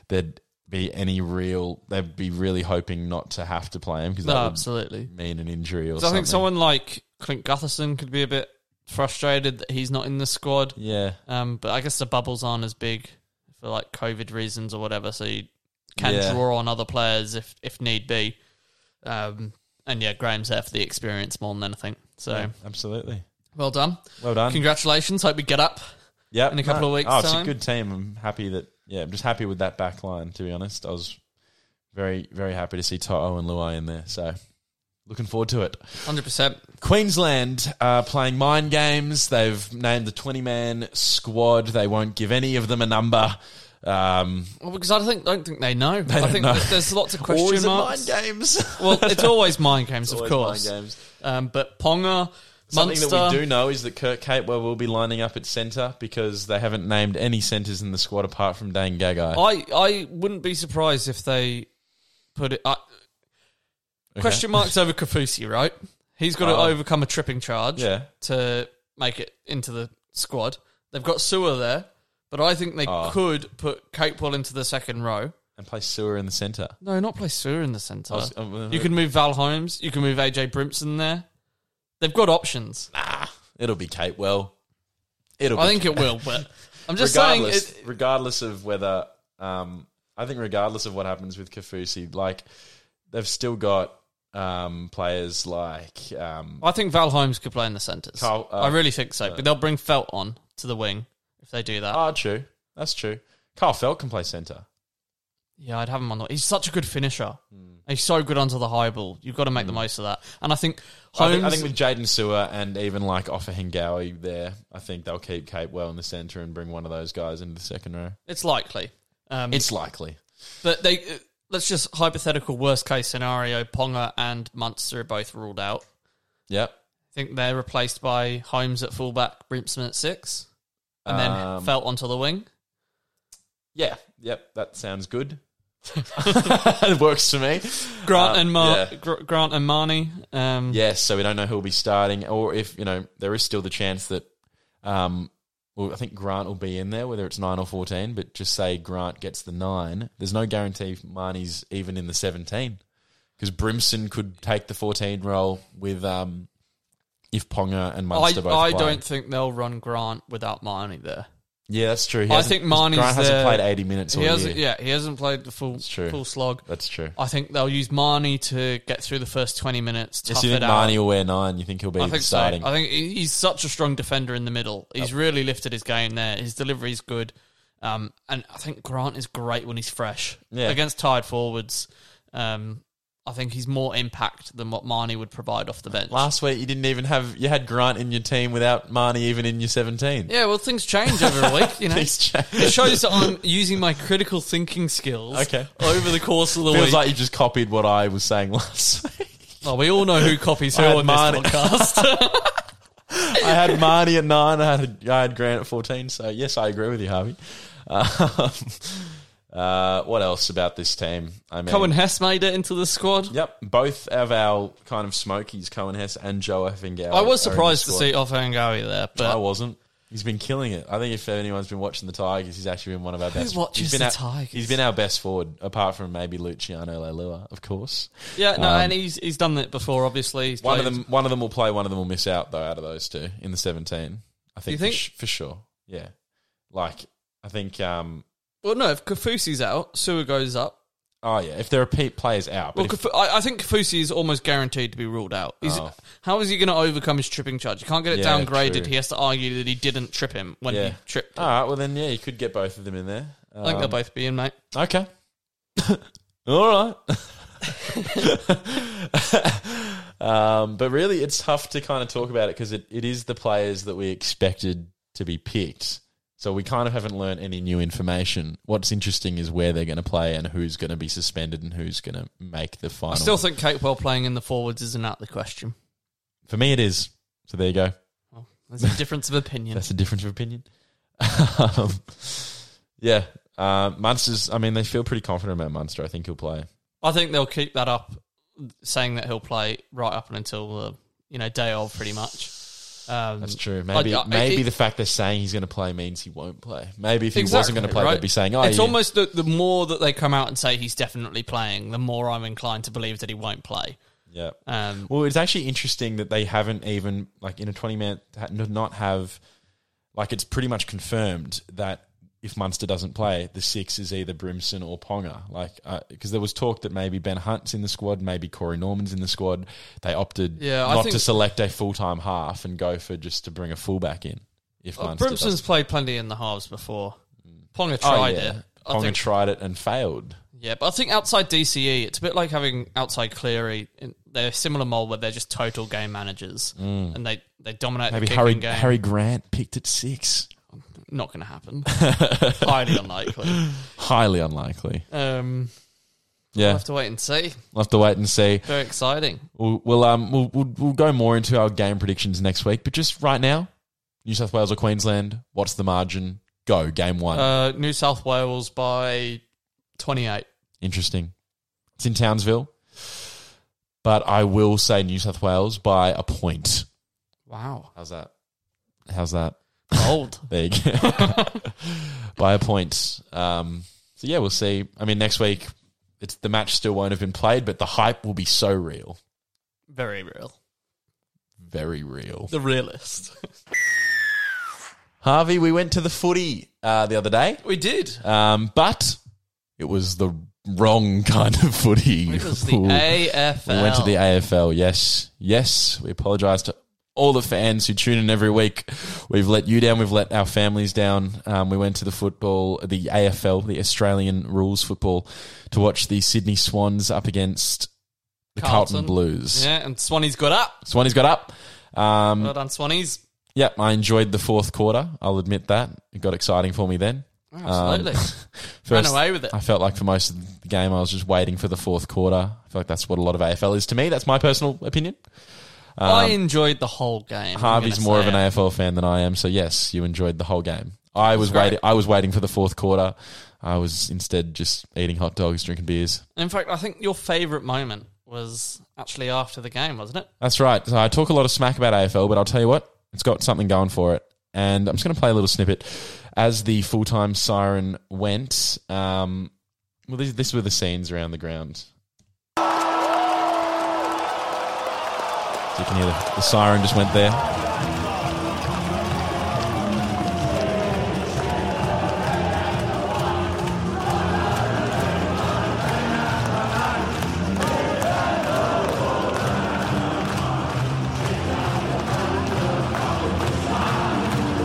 S5: there'd be any real. They'd be really hoping not to have to play him because that
S4: No,
S5: would
S4: absolutely.
S5: mean an injury or
S4: So Um, I
S5: something.
S4: think someone like Clint Gutherson could be a bit frustrated that he's not in the squad.
S5: yeah,
S4: Um, but I guess the bubbles aren't as big for like COVID reasons or whatever, so you can
S5: Yeah.
S4: draw on other players if if need be. Um, and yeah, Graham's there for the experience more than anything. So
S5: absolutely.
S4: well done,
S5: Well done.
S4: congratulations. Hope we get up.
S5: yeah,
S4: in a couple of weeks'
S5: Oh, it's
S4: time.
S5: a good team. I'm happy that. Yeah, I'm just happy with that back line. To be honest, I was very, very happy to see Toto and Luai in there. So looking forward to it.
S4: Hundred percent.
S5: Queensland are playing mind games. They've named the 20 man squad. They won't give any of them a number. Um,
S4: Well, because I think don't think they know. I
S5: don't
S4: think
S5: know.
S4: that there's
S5: (laughs)
S4: lots of question
S5: or is it
S4: marks. (laughs)
S5: mind games?
S4: Well, it's always mind games, of
S5: Always
S4: course.
S5: mind games.
S4: Um, but Ponga,
S5: Something
S4: Munster,
S5: that we do know is that Kurt Capewell will be lining up at centre because they haven't named any centres in the squad apart from Dane Gagai.
S4: I I wouldn't be surprised if they put it. I Question marks over Kafusi, right? He's got to
S5: Oh.
S4: overcome a tripping charge
S5: Yeah.
S4: to make it into the squad. They've got Sewer there, but I think they
S5: Oh.
S4: could put Capewell into the second row.
S5: and play Sewer in the centre.
S4: No, not play Sewer in the centre.
S5: I was- uh,
S4: you can move Val Holmes. You can move AJ Brimson there. They've got options.
S5: It'll be Capewell. It'll.
S4: I
S5: be
S4: think it will, but I'm just saying.
S5: regardless,
S4: It,
S5: regardless of whether, um, I think regardless of what happens with Kafusi, like they've still got um, players like um,
S4: I think Val Holmes could play in the centres.
S5: Carl, uh,
S4: I really think so. but they'll bring Felt on to the wing if they do that.
S5: Ah, true. That's true. Carl Felt can play centre.
S4: yeah, I'd have him on. The, he's such a good finisher. He's so good onto the high ball. You've got to make the most of that. And Hmm. I think
S5: I
S4: Holmes.
S5: think, I think with Jaden Sewer and even like Offa Hingawi there, I think they'll keep Cape well in the centre and bring one of those guys into the second row.
S4: it's likely. Um,
S5: It's likely.
S4: But they uh, let's just hypothetical worst case scenario. Ponga and Munster are both ruled out.
S5: Yep.
S4: I think they're replaced by Holmes at fullback, Brimson at six, and then
S5: Um,
S4: Felt onto the wing.
S5: Yeah. Yep. That sounds good. (laughs) it works for me.
S4: Grant
S5: Uh,
S4: and Mar-
S5: yeah.
S4: Gr- Grant and Marnie. Um,
S5: Yes, so we don't know who'll be starting, or if you know there is still the chance that, um, well, I think Grant will be in there, whether it's nine or fourteen. But just say Grant gets the nine. There's no guarantee if Marnie's even in the seventeen because Brimson could take the fourteen role with um, if Ponga and
S4: I,
S5: Munster both
S4: I
S5: play.
S4: don't think they'll run Grant without Marnie there.
S5: Yeah, that's true. He
S4: I
S5: hasn't-
S4: think Marnie's
S5: Grant hasn't
S4: there-
S5: played eighty minutes. All
S4: He hasn't,
S5: year.
S4: yeah, he hasn't played the full
S5: It's true.
S4: full slog.
S5: that's true.
S4: I think they'll use Marnie to get through the first twenty minutes. Tough
S5: Yes, you
S4: it
S5: think
S4: out.
S5: Marnie will wear nine? You think he'll be
S4: I think
S5: starting?
S4: so. I think he- he's such a strong defender in the middle. He's really lifted his game there. His delivery's good, um, and I think Grant is great when he's fresh
S5: Yeah.
S4: against tired forwards. Um, I think he's more impact than what Marnie would provide off the bench.
S5: Last week you didn't even have you had Grant in your team without Marnie even in your seventeen.
S4: yeah, well, things change every week.
S5: (laughs)
S4: You know,
S5: Things change.
S4: it shows that I'm using my critical thinking skills.
S5: (laughs) Okay.
S4: over the course of the
S5: Feels
S4: week.
S5: like you just copied what I was saying (laughs) last week.
S4: well, we all know who copies who
S5: I had
S4: on this
S5: Marnie. (laughs)
S4: podcast.
S5: I had Marnie at nine. I had I had Grant at fourteen. So yes, I agree with you, Harvey. Um, (laughs) uh, what else about this team? I mean,
S4: Cohen Hess made it into the squad.
S5: Yep, both of our kind of smokies, Cohen Hess and Joe Effingau.
S4: I was
S5: are in the
S4: surprised to
S5: squad.
S4: see Offangawi there, but
S5: I wasn't. He's been killing it. I think if anyone's been watching the Tigers, he's actually been one of our best.
S4: watches
S5: he's been
S4: the
S5: our,
S4: Tigers?
S5: He's been our best forward, apart from maybe Luciano Leilua, of course.
S4: Yeah, no,
S5: Um,
S4: and he's he's done it before. Obviously, He's
S5: One of
S4: played-
S5: them, one of them will play. One of them will miss out though. Out of those two in the seventeen, I think.
S4: You
S5: for
S4: think?
S5: sh- For, sure, yeah. Like I think. um
S4: Well, no, if Kafusi's out, Sewer goes up.
S5: Oh yeah, if there are pe- players out,
S4: Well,
S5: but if,
S4: Kafu- I, I think Kafusi is almost guaranteed to be ruled out. He's,
S5: Oh.
S4: How is he going to overcome his tripping charge? You can't get it
S5: Yeah,
S4: downgraded.
S5: true.
S4: He has to argue that he didn't trip him when
S5: yeah. Ah. Um,
S4: he tripped. him.
S5: All right. Well then, yeah, you could get both of them in there.
S4: I think they'll both be in, mate.
S5: Okay. (laughs) All right. (laughs) um, but really, it's tough to kind of talk about it because it, it is the players that we expected to be picked. So we kind of haven't learned any new information. What's interesting is where they're going to play and who's going to be suspended and who's going to make the final.
S4: I still think Capewell playing in the forwards isn't out of the question.
S5: For me, it is. So there you go.
S4: There's a difference of
S5: (laughs)
S4: opinion.
S5: That's a difference of opinion. um, yeah. Uh, Munster's, I mean, they feel pretty confident about Munster. I think he'll play.
S4: I think they'll keep that up, saying that he'll play right up and until the you know day of, pretty much. Um,
S5: That's true. Maybe
S4: I- I-
S5: maybe
S4: it-
S5: the fact they're saying he's going to play means he won't play. Maybe if he wasn't going to
S4: Exactly,
S5: play,
S4: right?
S5: they'd be saying, "Oh,
S4: it's
S5: yeah."
S4: almost the, the more that they come out and say he's definitely playing, the more I'm inclined to believe that he won't play.
S5: yeah."
S4: Um,
S5: Well, it's actually interesting that they haven't even like in a twenty man ha- not have like it's pretty much confirmed that if Munster doesn't play, the six is either Brimson or Ponga. Like because there was talk that maybe Ben Hunt's in the squad, maybe Corey Norman's in the squad. They opted
S4: Yeah, I
S5: not
S4: think-
S5: to select a full time half and go for just to bring a fullback in. If
S4: uh,
S5: Munster
S4: Brimson's
S5: doesn't-
S4: played plenty in the halves before. Ponga
S5: Oh,
S4: tried
S5: yeah.
S4: it. I
S5: Ponga
S4: think,
S5: tried it and failed.
S4: yeah, but I think outside DCE, it's a bit like having outside Cleary. In, they're a similar mold where they're just total game managers and they, they dominate
S5: Mm. Maybe
S4: the
S5: Harry
S4: kicking game.
S5: Harry Grant picked at six.
S4: Not going to
S5: (laughs)
S4: happen. Highly unlikely.
S5: Highly unlikely.
S4: Um, We'll
S5: Yeah, we'll
S4: have to wait and see.
S5: have to wait and see.
S4: Very exciting.
S5: We'll we'll, um, we'll we'll we'll go more into our game predictions next week. But just right now, New South Wales or Queensland? What's the margin? Go game one.
S4: Uh, New South Wales by 28.
S5: Interesting. It's in Townsville, but I will say New South Wales by a point.
S4: Wow.
S5: How's that? How's that?
S4: Old.
S5: There you go. (laughs) By a point. Um, so yeah, we'll see. I mean, next week, it's the match still won't have been played, but the hype will be so real,
S4: (laughs) Very real.
S5: very real.
S4: The realist.
S5: Harvey, we went to the footy uh, the other day,
S4: We did.
S5: um, but it was the wrong kind of footy.
S4: It
S5: (laughs)
S4: was the AFL.
S5: We went to the AFL. Yes, yes. We apologise to all the fans who tune in every week. We've let you down. We've let our families down. Um, we went to the football, the AFL, the Australian Rules Football, to watch the Sydney Swans up against the Carlton,
S4: Carlton.
S5: Blues.
S4: Yeah, and Swanee's got up.
S5: Swanee's got up. Um,
S4: Well done, Swanee's.
S5: Yep, I enjoyed the fourth quarter. I'll admit that. It got exciting for me then. Um,
S4: Absolutely.
S5: (laughs) First,
S4: Ran away with it.
S5: I felt like for most of the game, I was just waiting for the fourth quarter. I feel like that's what a lot of AFL is to me. That's my personal opinion.
S4: I enjoyed the whole game. I'm
S5: um, Harvey's
S4: gonna
S5: more of
S4: say
S5: an
S4: it.
S5: AFL fan than I am, so yes, you enjoyed the whole game. I was waiting. I was waiting for the fourth quarter. I was instead just eating hot dogs, drinking beers.
S4: In fact, I think your favourite moment was actually after the game, wasn't it?
S5: That's right. So I talk a lot of smack about AFL, but I'll tell you what, it's got something going for it. And I'm just going to play a little snippet as the full time siren went. Um, well, these, this were the scenes around the ground. So you can hear the, the siren just went there.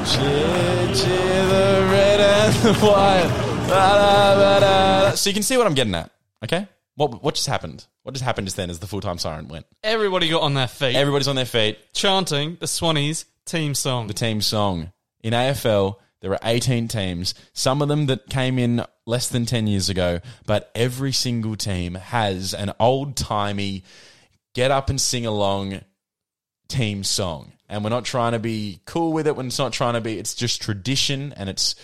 S5: Cheer, cheer the red and the white. Ba, da, ba, da, da. So you can see what I'm getting at, okay? What, what just happened? What just happened just then as the full time siren went?
S4: Everybody got on their feet,
S5: Everybody's on their feet.
S4: chanting the Swanee's team song.
S5: the team song. In AFL, there are 18 teams, some of them that came in less than 10 years ago, but every single team has an old timey get up and sing along team song. And we're not trying to be cool with it when it's not trying to be, it's just tradition and it's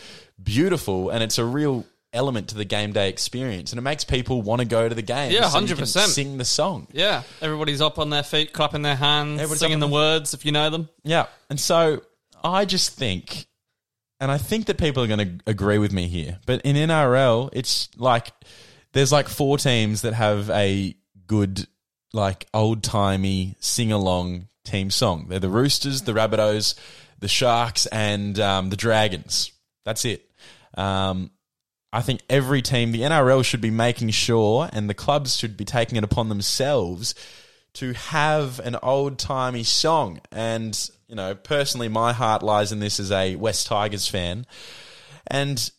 S5: beautiful and it's a real element to the game day experience and it makes people want to go to the game.
S4: Yeah,
S5: so you can
S4: 100%.
S5: Sing the song.
S4: yeah, everybody's up on their feet, clapping their hands,
S5: Everybody's
S4: singing
S5: up
S4: the
S5: on-
S4: words if you know them.
S5: Yeah. And so I just think, and I think that people are going to agree with me here, but in NRL, it's like there's like four teams that have a good, like old timey sing along team song. They're the Roosters, the Rabbitohs, the Sharks, and um, the Dragons. That's it. Um, I think every team, the NRL should be making sure, and the clubs should be taking it upon themselves to have an old timey song. And, you know, personally, my heart lies in this as a West Tigers fan. And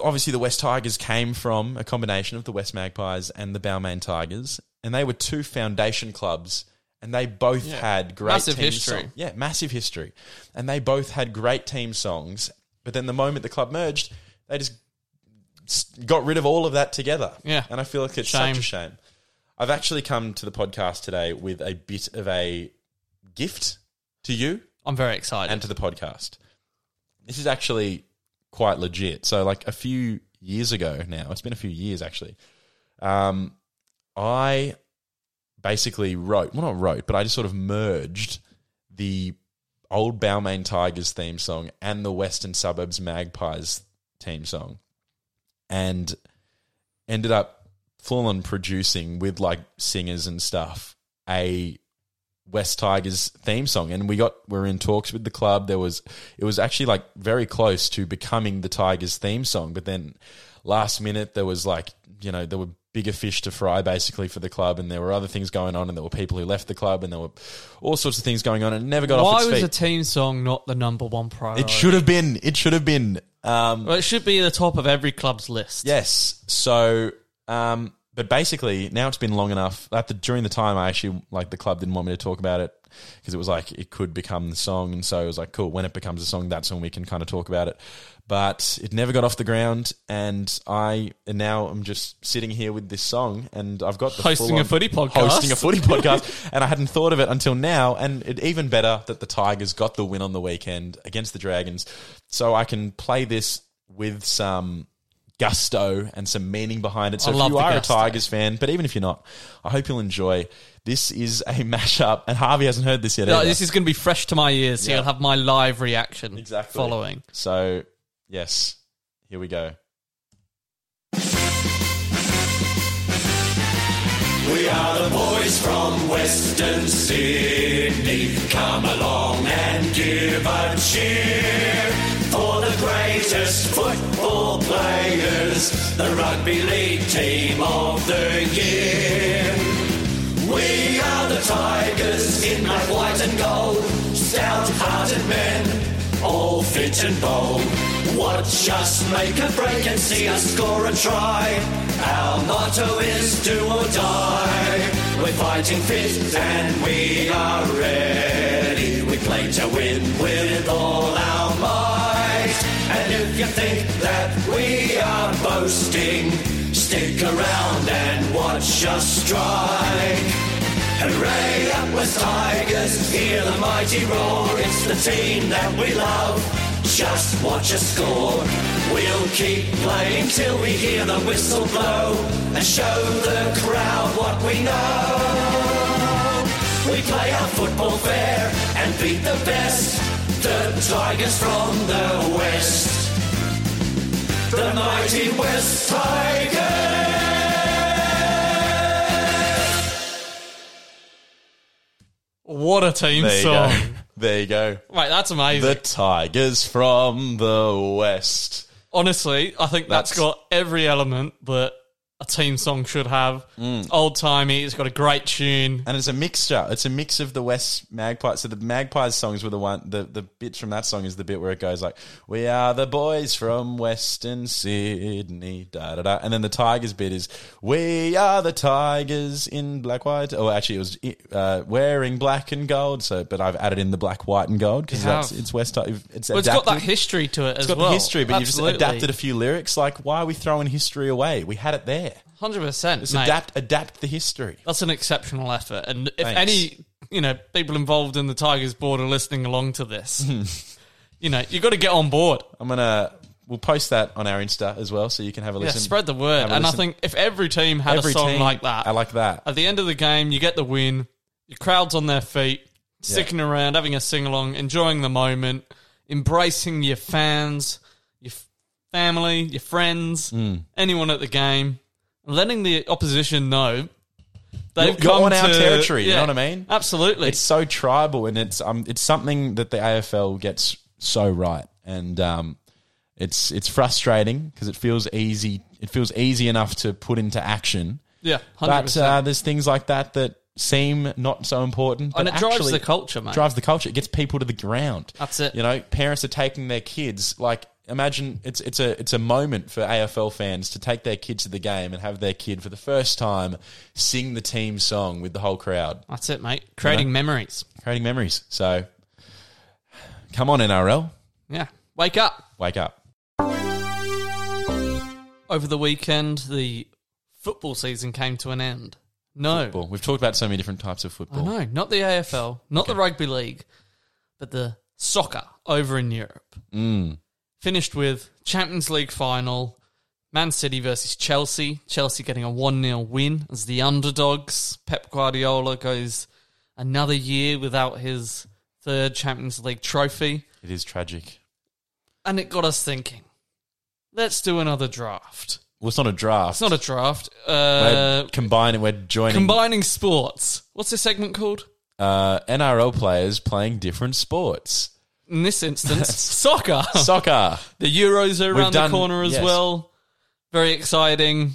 S5: obviously, the West Tigers came from a combination of the West Magpies and the Balmain Tigers. And they were two foundation clubs. And they both had great
S4: Massive
S5: team
S4: history.
S5: song- Yeah, massive history. And they both had great team songs. But then the moment the club merged, they just got rid of all of that together.
S4: Yeah.
S5: And I feel like it's
S4: Shame.
S5: such a shame. I've actually come to the podcast today with a bit of a gift to you
S4: I'm very excited.
S5: and to the podcast. This is actually quite legit. So, like a few years ago now, it's been a few years actually. Um, I basically wrote, well, not wrote, but I just sort of merged the old Balmain Tigers theme song and the Western Suburbs Magpies team song, and ended up full on producing with like singers and stuff a West Tigers theme song, and we got we are in talks with the club. There was it was actually like very close to becoming the Tigers theme song, but then last minute there was like you know there were bigger fish to fry basically for the club, and there were other things going on, and there were people who left the club, and there were all sorts of things going on, and it never got
S4: Why
S5: off its
S4: was
S5: feet.
S4: the team song not the number one priority?
S5: it should have been. It should have been. Um,
S4: Well, it should be the top of every club's list.
S5: Yes. So, um, but basically, now it's been long enough. At the, during the time, I actually like the club didn't want me to talk about it because it was like it could become the song, and so it was like, cool. When it becomes a song, that's when we can kind of talk about it. But it never got off the ground, and I and now I'm just sitting here with this song, and I've got the
S4: Hosting
S5: full-on-
S4: a footy podcast.
S5: hosting
S4: (laughs)
S5: a footy podcast, and I hadn't thought of it until now. And it even better that the Tigers got the win on the weekend against the Dragons, so I can play this with some gusto and some meaning behind it. So
S4: I
S5: if
S4: love
S5: you
S4: the
S5: are
S4: gusto.
S5: a Tigers fan, but even if you're not, I hope you'll enjoy. This is a (laughs) mashup, and Harvey hasn't heard this yet.
S4: No,
S5: either.
S4: this is going to be fresh to my ears, so
S5: Yeah.
S4: you'll have my live reaction
S5: exactly
S4: following.
S5: So yes, here we go.
S6: We are the boys from Western Sydney. Come along and give a cheer for the great greatest football players, the Rugby League team of the year. We are the Tigers in that white and gold, stout hearted men, all fit and bold. Watch us make a break and see us score a try. Our motto is do or die. We're fighting fit and we are ready. We play to win with all our might. And if you think that we are boasting, stick around and watch us strike. Hooray, up with Tigers, hear the mighty roar. It's the team that we love. Just watch us score. We'll keep playing till we hear the whistle blow and show the crowd what we know. We play our football fair and beat the best, the Tigers from the West. The mighty West Tigers!
S4: What a team
S5: There you
S4: song.
S5: go. There you go.
S4: Right, that's amazing.
S5: The Tigers from the West.
S4: Honestly, I think that's
S5: That's-
S4: got every element that a team song should have.
S5: Mm.
S4: It's old timey, it's got a great tune.
S5: And it's a mixture. It's a mix of the West Magpies. So the Magpies songs were the one. The, the bits from that song is the bit where it goes like, "We are the boys from Western Sydney." Da da da. And then the Tigers bit is, "We are the Tigers in black white." Oh, actually, it was uh, wearing black and gold. So, but I've added in the black, white, and gold because
S4: You
S5: that's
S4: have.
S5: it's West. It's,
S4: Well, it's got
S5: adapted.
S4: that history to it as
S5: It's got
S4: well.
S5: the history, but you've
S4: Absolutely.
S5: just adapted a few lyrics. Like, why are we throwing history away? We had it there.
S4: 100%.
S5: Just
S4: mate.
S5: adapt, adapt the history.
S4: That's an exceptional effort. And if
S5: Thanks.
S4: any, you know, people involved in the Tigers board are listening along to
S5: (laughs) Mm-hmm.
S4: this, you know, you've got to get on board.
S5: I'm gonna. We'll post that on our Insta as well, so you can have a
S4: Yeah,
S5: listen.
S4: spread the word.
S5: Have
S4: And
S5: a
S4: I
S5: listen.
S4: think if every team had
S5: Every
S4: a song
S5: team-
S4: like that,
S5: I like that.
S4: at the end of the game, you get the win, your crowd's on their feet, sticking around, having a sing along, enjoying the moment, embracing your fans, your f- family, your friends,
S5: Hmm.
S4: anyone at the game, letting the opposition know they've
S5: You're- you're
S4: come
S5: on our
S4: to-
S5: territory, you know what I mean?
S4: Absolutely.
S5: it's so tribal, and it's um, it's something that the AFL gets so right, and um, it's it's frustrating because it feels easy. It feels easy enough to put into action,
S4: yeah, 100%.
S5: but uh, there's things like that that seem not so important. But
S4: and it drives
S5: actually-
S4: the culture, mate.
S5: drives the culture. It gets people to the ground.
S4: That's it.
S5: You know, parents are taking their kids. Like, imagine it's it's a it's a moment for AFL fans to take their kids to the game and have their kid for the first time sing the team song with the whole crowd,
S4: That's it, mate. Creating memories.
S5: creating memories. So, come on, NRL,
S4: Yeah. Wake up.
S5: wake up.
S4: Over the weekend, the football season came to an end. No.
S5: Football. We've talked about so many different types of
S4: I
S5: football.
S4: know, not the AFL, not the rugby league, but the soccer over in Europe. Finished with Champions League final, Man City versus Chelsea. Chelsea getting a 1 0 win as the underdogs. Pep Guardiola goes another year without his third Champions League trophy.
S5: It is tragic.
S4: And it got us thinking let's do another draft.
S5: Well, it's not a draft.
S4: It's not a draft.
S5: We're
S4: Uh,
S5: combining. We're joining
S4: combining sports. What's this segment called?
S5: uh, NRL players playing
S4: (laughs)
S5: different sports.
S4: In this instance, soccer.
S5: Soccer.
S4: The Euros are
S5: We've
S4: around
S5: done-
S4: the corner as
S5: yes.
S4: well. Very exciting.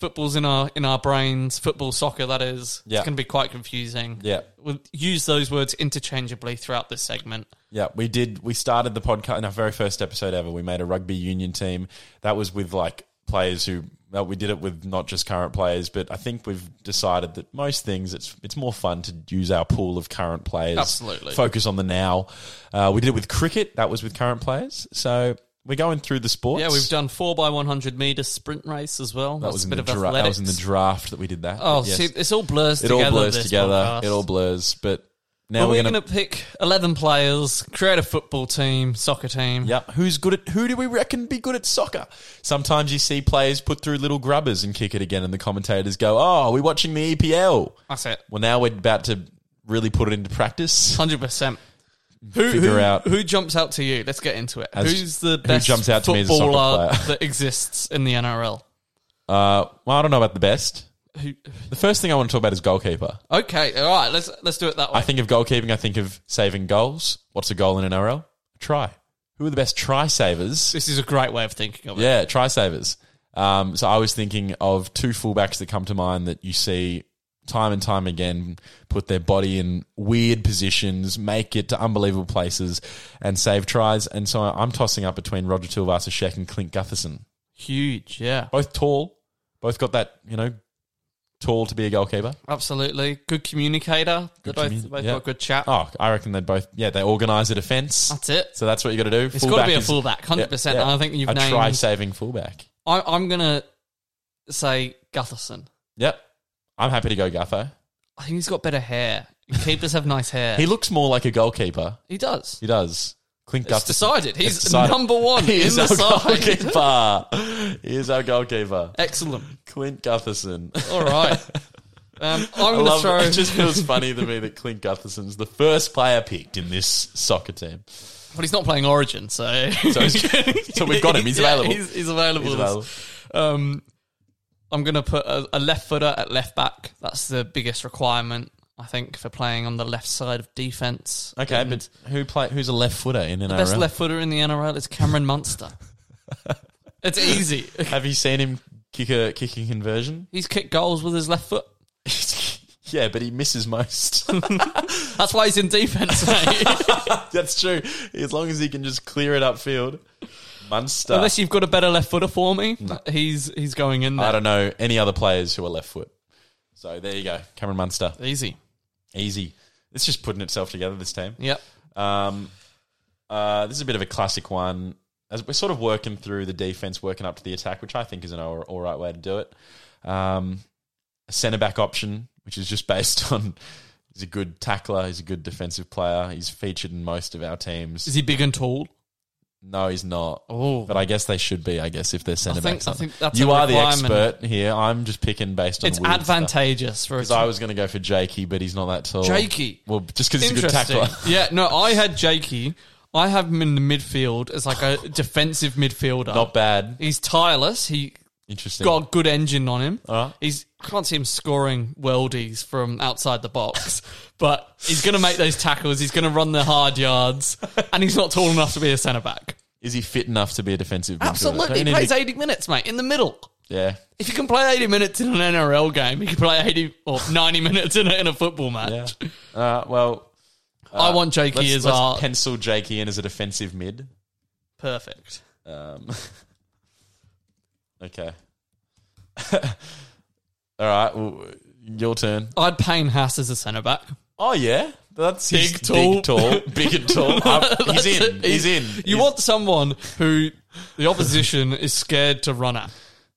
S4: Football's in our in our brains. Football, soccer, that is.
S5: Yeah.
S4: It's going to be quite confusing.
S5: Yeah.
S4: We'll use those words interchangeably throughout this segment.
S5: Yeah, we did. We started the podcast in our very first episode ever. We made a rugby union team. That was with like players who. Well, we did it with not just current players, but I think we've decided that most things it's it's more fun to use our pool of current players.
S4: Absolutely.
S5: focus on the now. Uh, we did it with cricket. That was with current players. So we're going through the sports.
S4: Yeah, we've done 4 by 100 meter sprint race as well.
S5: that
S4: That's
S5: was
S4: a
S5: in
S4: bit
S5: the
S4: of
S5: dra- that
S4: athletics.
S5: was in the draft that we did that.
S4: Oh,
S5: But yes,
S4: see, it's all blurs
S5: it
S4: together.
S5: all blurs
S4: this
S5: together.
S4: podcast.
S5: It all blurs. But now
S4: But
S5: we're
S4: we're
S5: gonna
S4: going to pick 11 players, create a football team, soccer team.
S5: Yep. Who's good at who do we reckon be good at soccer? Sometimes you see players put through little grubbers and kick it again, and the commentators go, "Oh, we're watching the EPL."
S4: That's it.
S5: Well, now we're about to really put it into practice.
S4: 100%. Who,
S5: Figure
S4: who-
S5: out-
S4: who jumps out to you. Let's get into it.
S5: As-
S4: Who's the
S5: who
S4: best
S5: jumps out to me as a soccer
S4: footballer (laughs)
S5: player?
S4: that exists in the NRL?
S5: Uh, well, I don't know about the best.
S4: Who,
S5: The first thing I want to talk about is goalkeeper.
S4: okay, all right. Let's let's do it that way.
S5: I think of goalkeeping. I think of saving goals. What's a goal in NRL? A try. Who who are the best try savers?
S4: This is a great way of thinking of it.
S5: Yeah, try savers. Um, so I was thinking of two fullbacks that come to mind that you see time and time again put their body in weird positions, make it to unbelievable places, and save tries. And so I'm tossing up between Roger Tuivasa-Sheck and Clint Gutherson.
S4: Huge, yeah.
S5: Both tall, both got that you know tall to be a
S4: Uh,
S5: goalkeeper.
S4: Absolutely. Good communicator.
S5: Good
S4: they both,
S5: commu-
S4: both
S5: yeah.
S4: got good chat.
S5: Oh, I reckon they both. Yeah, they organise a defence.
S4: That's it.
S5: So that's what you got to do.
S4: It's got to be a fullback, 100%. And I think you've
S5: a
S4: named.
S5: try saving fullback.
S4: I, I'm going to say Gutherson.
S5: Yep, I'm happy to go Gutho.
S4: I think he's got better hair. And keepers have nice hair.
S5: He looks more like a goalkeeper.
S4: He does.
S5: He does. Clint
S4: It's
S5: Gutho.
S4: decided. He's
S5: It's decided.
S4: number
S5: (laughs)
S4: one
S5: He
S4: in
S5: is
S4: the
S5: our (laughs)
S4: side.
S5: goalkeeper. he is our goalkeeper.
S4: Excellent. (laughs)
S5: Clint Gutherson.
S4: All
S5: (laughs)
S4: right. Um,
S5: I
S4: I'm going to
S5: love
S4: throw.
S5: it. It just feels funny to me that Clint Gutherson's the first player picked in this soccer team.
S4: But he's not playing Origin, so (laughs)
S5: So, (laughs) so we've got him. He's
S4: Yeah,
S5: available.
S4: He's, he's available.
S5: He's available.
S4: Um, I'm going to put a, a left footer at left back. That's the biggest requirement, I think, for playing on the left side of defense.
S5: Okay,
S4: And
S5: but who play? Who's a left footer in NRL?
S4: the best left footer in the NRL is Cameron
S5: (laughs)
S4: Munster. it's easy.
S5: Have you seen him kick a kicking conversion?
S4: He's kicked goals with his left foot. (laughs)
S5: yeah, but he misses most. (laughs)
S4: That's why he's in defense, mate. (laughs)
S5: That's true. As long as he can just clear it upfield, Munster.
S4: Unless you've got a better left footer for me, he's he's going in there.
S5: I don't know any other players who are left foot. So there you go, Cameron Munster.
S4: Easy.
S5: Easy. It's just putting itself together this team.
S4: Yep.
S5: Um, uh, this is a bit of a classic one. As we're sort of working through the defense, working up to the attack, which I think is an all, all right way to do it. Um, a centre back option, which is just (laughs) based on he's a good tackler, he's a good defensive player, he's featured in most of our teams.
S4: Is he big and tall?
S5: no, he's not.
S4: Oh.
S5: But I guess they should be. I guess if they're centre
S4: think-
S5: backs,
S4: I think that's
S5: you
S4: a
S5: are the
S4: requirement.
S5: expert here. I'm just picking based on
S4: It's
S5: weird stuff.
S4: advantageous for a
S5: 'Cause I was going to go for Jakey, but he's not that tall.
S4: Jakey.
S5: well, just because he's a good
S4: Interesting.
S5: tackler. (laughs)
S4: yeah, no, I had Jakey. I have him in the midfield as like a defensive midfielder.
S5: Not bad.
S4: He's tireless. He
S5: Interesting.
S4: got a good engine on him.
S5: Alright.
S4: He's I can't see him scoring weldies from outside the box, (laughs) but he's going to make those tackles. He's going to run the hard
S5: (laughs)
S4: yards, and he's not tall enough to be a centre back.
S5: Is he fit enough to be a defensive midfielder? Don't
S4: Absolutely,
S5: you
S4: he
S5: need
S4: plays
S5: to-
S4: eighty minutes, mate, in the middle.
S5: Yeah,
S4: If you can play eighty minutes in an NRL game, you can play eighty or ninety (laughs) minutes in a, in a football
S5: yeah.
S4: match.
S5: Uh, well,
S4: I want Jakey
S5: let's,
S4: as
S5: let's
S4: our
S5: pencil Jakey in as a defensive mid.
S4: perfect.
S5: Um, okay. (laughs) All right, well, your turn.
S4: I'd Payne Haas as a centre back. (laughs)
S5: Oh yeah, that's his-
S4: Big, tall. (laughs)
S5: big, tall, big and tall. Uh, he's in. He's, in.
S4: You
S5: He's-
S4: want someone who the opposition is scared to run at.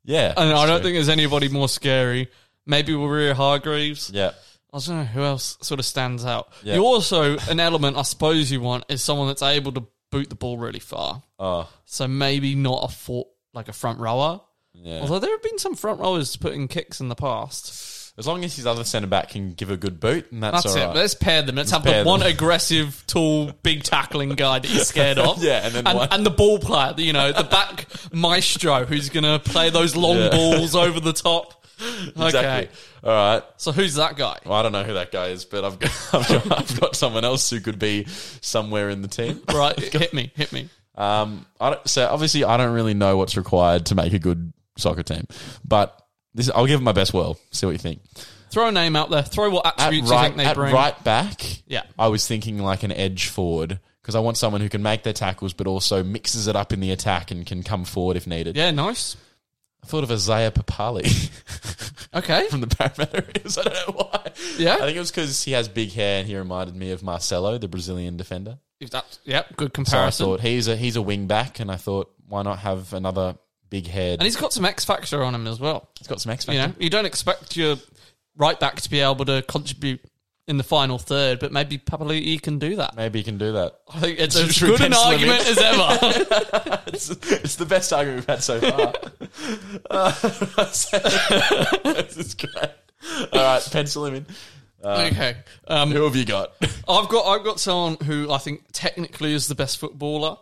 S5: Yeah,
S4: And I
S5: that's
S4: don't
S5: true.
S4: think there's anybody more scary. Maybe Waria Hargreaves.
S5: Yeah,
S4: I don't know who else sort of stands out.
S5: Yeah.
S4: You also, an element I suppose you want is someone that's able to boot the ball really far.
S5: Oh.
S4: So maybe not a for, like a front rower.
S5: yeah.
S4: Although there have been some front rowers putting kicks in the past.
S5: as long as his other centre back can give a good boot, and that's,
S4: That's
S5: all
S4: it.
S5: right.
S4: Let's pair them. Let's, have
S5: pair
S4: the
S5: them.
S4: one aggressive, tall, big tackling guy that you're scared of.
S5: (laughs) Yeah, and then
S4: and,
S5: one-
S4: and the ball player, you know, the back maestro who's going to play those long
S5: Yeah.
S4: balls over the top. Okay.
S5: (laughs) Exactly. All right.
S4: So who's that guy?
S5: Well, I don't know who that guy is, but I've got, (laughs) I've got, I've got someone else who could be somewhere in the team. (laughs)
S4: Right, hit me, hit me.
S5: Um, I don't, so obviously, I don't really know what's required to make a good soccer team, but this I'll give it my best whirl. See what you think.
S4: Throw a name out there. Throw what
S5: At
S4: attributes you
S5: right,
S4: think they
S5: at
S4: bring.
S5: right back,
S4: Yeah.
S5: I was thinking like an edge forward because I want someone who can make their tackles, but also mixes it up in the attack and can come forward if needed.
S4: Yeah, nice.
S5: I thought of Isaiah Papali (laughs)
S4: Okay.
S5: from the Parramatta Eels. I don't know why.
S4: Yeah.
S5: I think it was because he has big hair and he reminded me of Marcelo, the Brazilian defender.
S4: If that, yep, good
S5: So I
S4: comparison.
S5: thought he's a he's a wing back, and I thought why not have another big haired?
S4: and he's got some X factor on him as well.
S5: he's got some X
S4: You know, you don't expect your right back to be able to contribute in the final third, but maybe Papali'i can do that.
S5: Maybe he can do that.
S4: I think it's
S5: Just
S4: as good an
S5: pencil him
S4: argument as
S5: in.
S4: ever.
S5: (laughs) It's, it's the best argument we've had so (laughs) far. Uh, this is great. All right, pencil him in.
S4: (laughs) okay, um,
S5: Uh, Who have you got?
S4: I've got I've got someone who I think technically is the best footballer,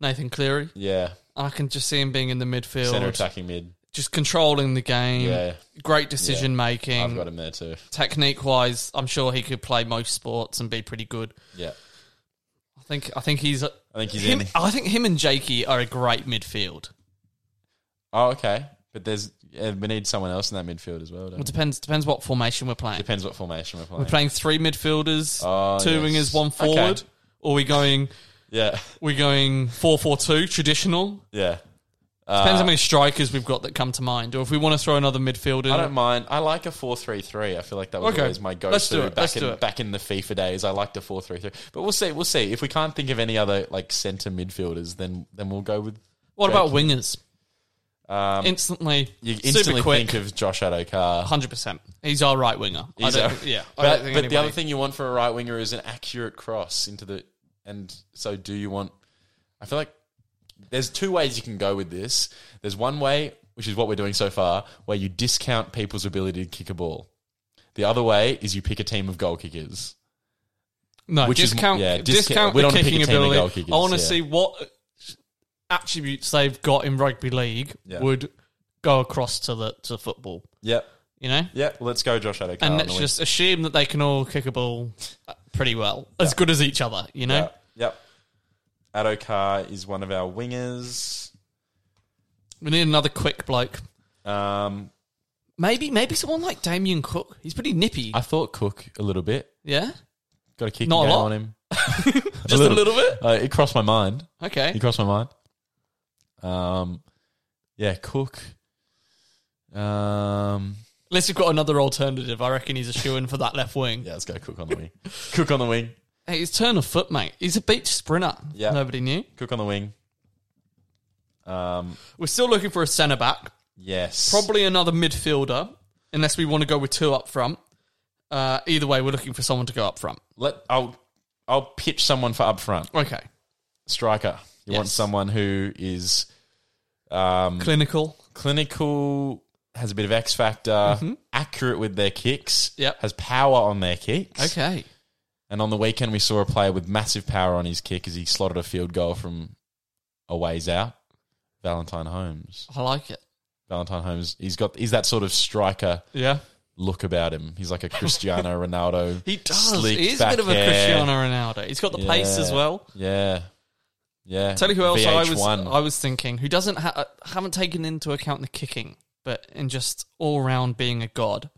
S4: Nathan Cleary.
S5: Yeah,
S4: I can just see him being in the midfield,
S5: center attacking mid.
S4: just controlling the game.
S5: Yeah.
S4: Great decision
S5: I've
S4: making.
S5: got him there too.
S4: Technique wise, I'm sure he could play most sports and be pretty good.
S5: Yeah,
S4: I I think I think he's. I
S5: I think he's
S4: him,
S5: in.
S4: I think him and Jakey are a great midfield.
S5: Oh, okay. But there's yeah, we need someone else in that midfield as well. Don't
S4: Well,
S5: we?
S4: depends depends what formation we're playing.
S5: Depends what formation we're playing.
S4: We're playing three midfielders,
S5: Oh,
S4: two
S5: yes.
S4: wingers, one
S5: Okay.
S4: forward, or we going
S5: Yeah,
S4: we going four four two traditional.
S5: yeah. Uh,
S4: Depends how many strikers we've got that come to mind, or if we want to throw another midfielder.
S5: I don't mind. I like a four-three-three. I feel like that was
S4: Okay.
S5: always my go-to
S4: Let's do it.
S5: back
S4: Let's
S5: in
S4: do it.
S5: back in the FIFA days. I liked a four-three-three. But we'll see. We'll see. If we can't think of any other like centre midfielders, then then we'll go with.
S4: what about wingers?
S5: Um,
S4: Instantly,
S5: you instantly
S4: super quick,
S5: think of Josh Adokar.
S4: hundred percent. He's our right winger. I
S5: He's
S4: don't
S5: a-
S4: think- yeah, I don't
S5: but,
S4: think
S5: but the
S4: anybody-
S5: other thing you want for a right winger is an accurate cross into the. And so, do you want? I feel like there's two ways you can go with this. There's one way, which is what we're doing so far, where you discount people's ability to kick a ball. The other way is you pick a team of goal kickers.
S4: No,
S5: Which is-
S4: discount,
S5: yeah, discount-
S4: discount
S5: we
S4: the
S5: don't pick a
S4: kicking
S5: team of
S4: ability.
S5: goal kickers,
S4: I want to
S5: yeah.
S4: see what attributes they've got in rugby league
S5: Yeah.
S4: would go across to the to football.
S5: Yep.
S4: You know,
S5: Yep. Let's go, Josh Adokar.
S4: and
S5: on
S4: let's
S5: the
S4: just assume that they can all kick a ball uh, pretty well, as good as each other. You know,
S5: wing. Yep. yep. Adokar is one of our wingers.
S4: we need another quick bloke.
S5: Um,
S4: Maybe maybe someone like Damien Cook. He's pretty nippy.
S5: I thought Cook a little bit.
S4: yeah,
S5: Got a kick
S4: Not a
S5: down
S4: lot.
S5: on him.
S4: just a little bit.
S5: Uh, it crossed my mind.
S4: Okay,
S5: He crossed my mind. Um, yeah, Cook. Um,
S4: unless you've got another alternative, I reckon he's a shoe in for that left wing.
S5: yeah, let's go Cook
S4: (laughs)
S5: on the wing. Cook on the wing.
S4: Hey, he's turn of foot, mate. He's a beach sprinter.
S5: Yeah.
S4: nobody knew.
S5: Cook on the wing. Um,
S4: We're still looking for a centre back.
S5: yes,
S4: Probably another midfielder, unless we want to go with two up front. Uh, either way, we're looking for someone to go up front.
S5: Let I'll I'll pitch someone for up front
S4: Okay.
S5: striker. You want
S4: Yes.
S5: someone who is um,
S4: Clinical.
S5: clinical, has a bit of X factor, accurate with their kicks,
S4: Mm-hmm. Yep.
S5: has power on their kicks.
S4: Okay.
S5: And on the weekend, we saw a player with massive power on his kick as he slotted a field goal from a ways out. Valentine Holmes.
S4: I like it.
S5: Valentine Holmes. He's got. He's that sort of striker
S4: Yeah.
S5: look about him. He's like a Cristiano
S4: (laughs)
S5: Ronaldo.
S4: He does.
S5: Sleek
S4: he is a bit
S5: back
S4: of a
S5: hair.
S4: Cristiano Ronaldo. He's got the pace as
S5: Yeah.
S4: well.
S5: Yeah. Yeah.
S4: Tell you who else I was
S5: VH1.
S4: I was thinking who doesn't ha- uh, haven't taken into account the kicking, but in just all round being a god.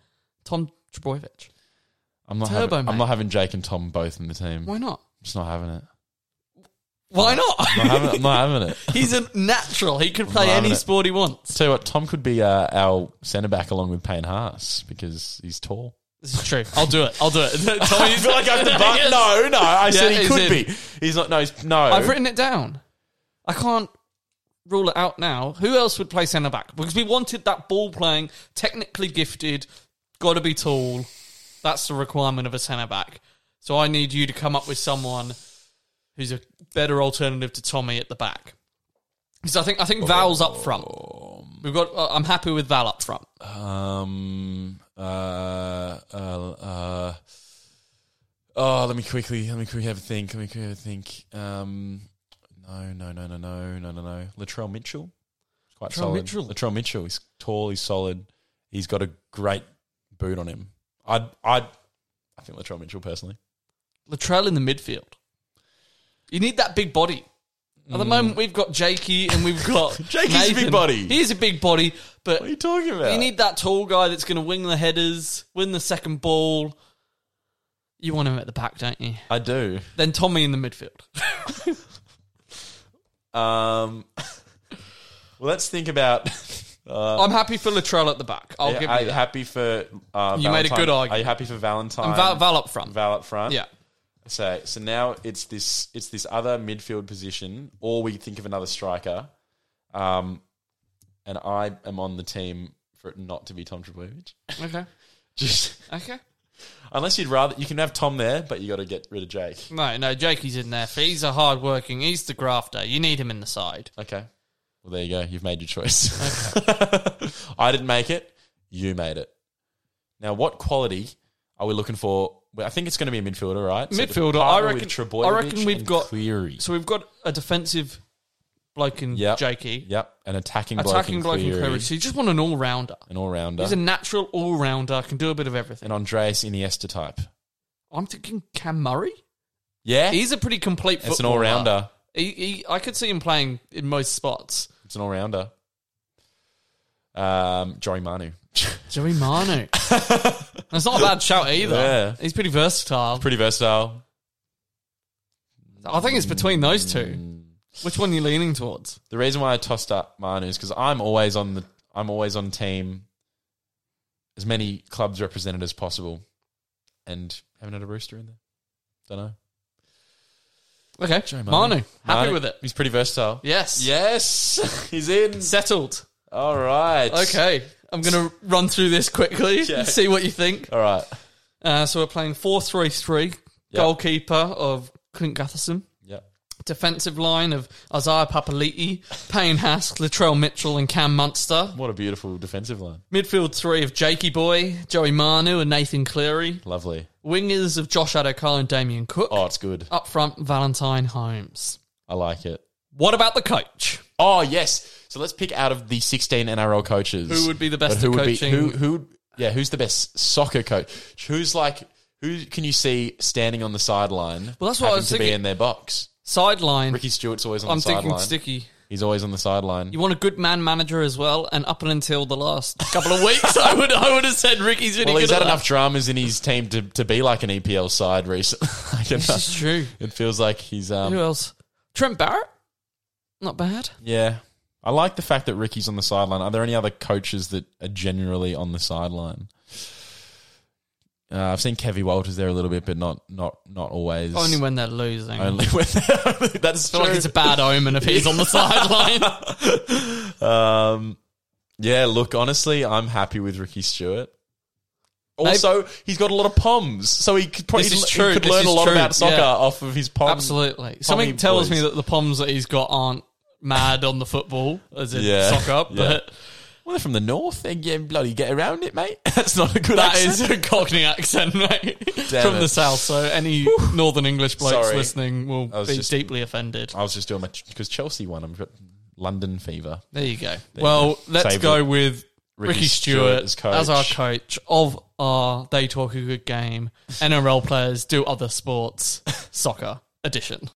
S4: Tom Trebojevic.
S5: I'm not
S4: Turbo,
S5: having, I'm
S4: mate.
S5: not having Jake and Tom both in the team.
S4: Why
S5: I'm
S4: not?
S5: just not having it.
S4: Why not?
S5: I'm not having, I'm not having it.
S4: (laughs) He's a natural. He can play
S5: not having
S4: any
S5: it.
S4: sport he wants.
S5: Tell you what, Tom could be uh, our centre back along with Payne Haas because he's tall.
S4: This is true. I'll do it. I'll do it. (laughs) Tell me- Yes.
S5: no, no. I said
S4: Yeah,
S5: he
S4: he's
S5: could
S4: in.
S5: be. He's not. No, he's, no.
S4: I've written it down. I can't rule it out now. Who else would play centre back? Because we wanted that ball playing, technically gifted, got to be tall. That's the requirement of a centre back. So I need you to come up with someone who's a better alternative to Tommy at the back. Because I think I think Val's up front. We've got. uh, I'm happy with Val up front.
S5: Um. Uh. Uh. uh oh, let me quickly. Let me quickly have a think. Let me quickly have a think. Um. No. No. No. No. No. No. No. No. Latrell Mitchell. He's Quite
S4: Latrell
S5: solid.
S4: Mitchell.
S5: Latrell Mitchell. He's tall. He's solid. He's got a great boot on him. I'd. I'd. I think Latrell Mitchell personally.
S4: Latrell in the midfield. You need that big body. At the moment, we've got Jakey and we've got
S5: Mm. (laughs) Jakey's a big
S4: Nathan.
S5: body.
S4: He's a big body, but
S5: What are you talking about?
S4: you need that tall guy that's going to wing the headers, win the second ball. You want him at the back, don't you?
S5: I do.
S4: Then Tommy in the midfield.
S5: Um. well, let's think about. Uh,
S4: I'm happy for Latrell at the back. (laughs) I'll
S5: Yeah,
S4: give
S5: are
S4: you
S5: you
S4: that.
S5: happy for uh,
S4: You made a
S5: Valentine?
S4: good argument.
S5: Are you happy for Valentine?
S4: And Val, Val up front.
S5: Val up front.
S4: Yeah.
S5: So so now it's this it's this other midfield position, or we think of another striker. Um, and I am on the team for it not to be Tom Trebojevic.
S4: Okay.
S5: (laughs) Just
S4: Okay.
S5: unless you'd rather you can have Tom there, but you got to get rid of Jake.
S4: No, no, Jakey's in there. He's a hard working, he's the grafter. You need him in the side.
S5: Okay. Well, there you go. You've made your choice. (laughs) I didn't make it. You made it. Now, what quality are we looking for? Well, I think it's going to be a midfielder, right? So the
S4: Midfielder, I
S5: partner
S4: reckon.
S5: with Trebojevic
S4: I reckon we've
S5: and
S4: got
S5: Cleary.
S4: So we've got a defensive bloke in
S5: Yep.
S4: Jakey,
S5: Yep. An attacking bloke
S4: attacking
S5: in
S4: bloke in
S5: Cleary.
S4: Cleary. So you just want an all rounder.
S5: An all rounder.
S4: He's a natural all rounder, can do a bit of everything.
S5: An Andreas Iniesta type.
S4: I'm thinking Cam Murray.
S5: Yeah,
S4: He's a pretty complete footballer.
S5: It's an all-rounder.
S4: He, he, I could see him playing in most spots.
S5: it's an all rounder. Um, Joey Manu, (laughs)
S4: Joey Manu. That's not a bad shout either.
S5: Yeah.
S4: He's pretty versatile.
S5: pretty versatile.
S4: I think it's between those two.
S5: Mm.
S4: Which one are you leaning towards?
S5: The reason why I tossed up Manu is because I'm always on the I'm always on team as many clubs represented as possible, and haven't had a rooster in there. Don't know.
S4: Okay,
S5: Joey
S4: Manu. Happy
S5: Manu,
S4: with it.
S5: He's pretty versatile.
S4: Yes.
S5: Yes, (laughs) he's in.
S4: Settled.
S5: All right.
S4: Okay. I'm going to run through this quickly and (laughs) see what you think.
S5: All right.
S4: Uh, so we're playing 4 3 3. Goalkeeper of Clint Gutherson.
S5: Yeah.
S4: Defensive line of Isaiah Papali'i, Payne Hask, Latrell Mitchell, and Cam Munster.
S5: What a beautiful defensive line.
S4: Midfield three of Jakey Boy, Joey Manu, and Nathan Cleary.
S5: Lovely.
S4: Wingers of Josh Adokar and Damian Cook.
S5: Oh, it's good.
S4: Up front, Valentine Holmes.
S5: I like it.
S4: What about the coach?
S5: Oh yes. So let's pick out of the sixteen NRL coaches
S4: Who would be the best
S5: But who
S4: at
S5: would be-
S4: coaching?
S5: who who yeah? Who's the best soccer coach? Who's like who can you see standing on the sideline?
S4: Well, that's what I
S5: having
S4: was
S5: to be
S4: thinking.
S5: in their box.
S4: Sideline.
S5: Ricky Stewart's always on
S4: I'm
S5: the
S4: thinking
S5: sideline.
S4: Sticky.
S5: He's always on the sideline.
S4: You want a good man manager as well, and up until the
S5: (laughs)
S4: last couple of weeks, I would I would have said Ricky's really
S5: well,
S4: good.
S5: he's
S4: at
S5: had
S4: that.
S5: enough dramas in his team to, to be like an EPL side recently. (laughs) I don't
S4: This
S5: know.
S4: is true.
S5: It feels like he's um,
S4: Who else? Trent Barrett. Not bad.
S5: Yeah. I like the fact that Ricky's on the sideline. Are there any other coaches that are generally on the sideline? Uh, I've seen Kevy Walters there a little bit, but not not not always.
S4: Only when they're losing.
S5: (laughs) only when (laughs) that's
S4: I feel like it's a bad omen if he's on
S5: (laughs)
S4: the sideline.
S5: um, yeah. Look, honestly, I'm happy with Ricky Stewart. Also, he's got a lot of poms, so he could probably
S4: This is
S5: he
S4: true,
S5: could
S4: this
S5: learn
S4: is
S5: a lot
S4: true,
S5: about soccer
S4: yeah.
S5: off of his poms.
S4: Absolutely. Something tells me that the poms that he's got aren't mad on the football, as in
S5: Yeah.
S4: sock up,
S5: Yeah.
S4: but (laughs)
S5: Well, they're from the north. They can bloody get around it, mate. That's not a good
S4: that
S5: accent.
S4: is a Cockney accent, mate.
S5: Damn
S4: From
S5: it.
S4: the south, so any Northern English blokes
S5: Sorry.
S4: listening will
S5: I was
S4: be
S5: just-
S4: deeply offended.
S5: I was just doing my because Chelsea won. I've got London fever.
S4: There you go. well,
S5: go.
S4: let's
S5: Save
S4: go
S5: it.
S4: with
S5: Ricky
S4: Ricky,
S5: Stewart
S4: Stewart,
S5: as
S4: as,
S5: coach.
S4: our coach of our They Talk a Good
S5: (laughs)
S4: Game NRL players do other sports (laughs) soccer
S5: (laughs)
S4: edition.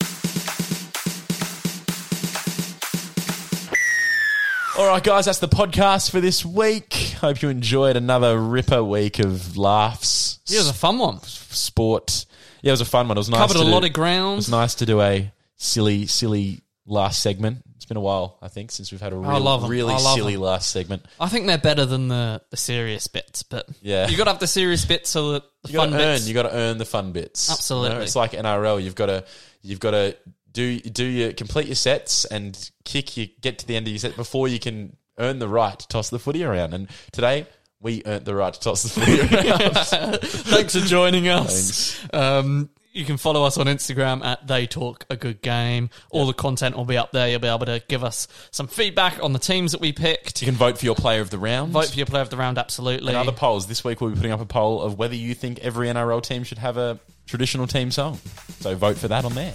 S5: All right, guys, that's the podcast for this week. Hope you enjoyed another ripper week of laughs,
S4: Yeah, it was a fun one.
S5: sport. Yeah, it was a fun one. It was nice.
S4: Covered
S5: to
S4: a lot
S5: do-
S4: of ground.
S5: It was nice to do a silly, silly last segment. It's been a while, I think, since we've had a real,
S4: love 'em.
S5: really
S4: I love
S5: silly
S4: 'em.
S5: last segment.
S4: I think they're better than the, the serious bits, but
S5: Yeah.
S4: you got to have the serious bits so that the
S5: You got
S4: fun
S5: to
S4: bits.
S5: earn. You got to earn the fun bits.
S4: Absolutely.
S5: it's like NRL. You've got to. You've got to do do your complete your sets and kick. You get to the end of your set before you can earn the right to toss the footy around. And today we earned the right to toss
S4: (laughs)
S5: the footy around.
S4: Thanks for joining us. Um, you can follow us on Instagram at They Talk a Good Game. All the content will be up there. You'll be able to give us some feedback on the teams that we picked.
S5: you can vote for your player of the round.
S4: Vote for your player of the round, absolutely.
S5: and other polls. This week we'll be putting up a poll of whether you think every NRL team should have a traditional team song. So vote for that on there.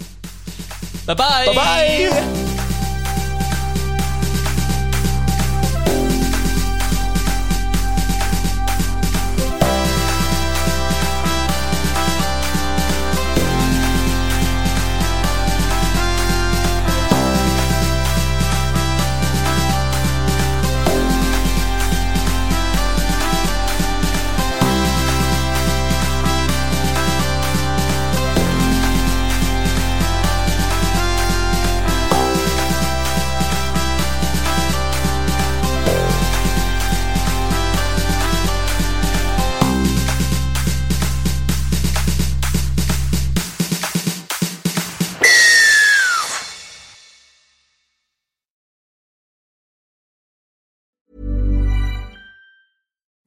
S4: Bye bye.
S5: Bye bye.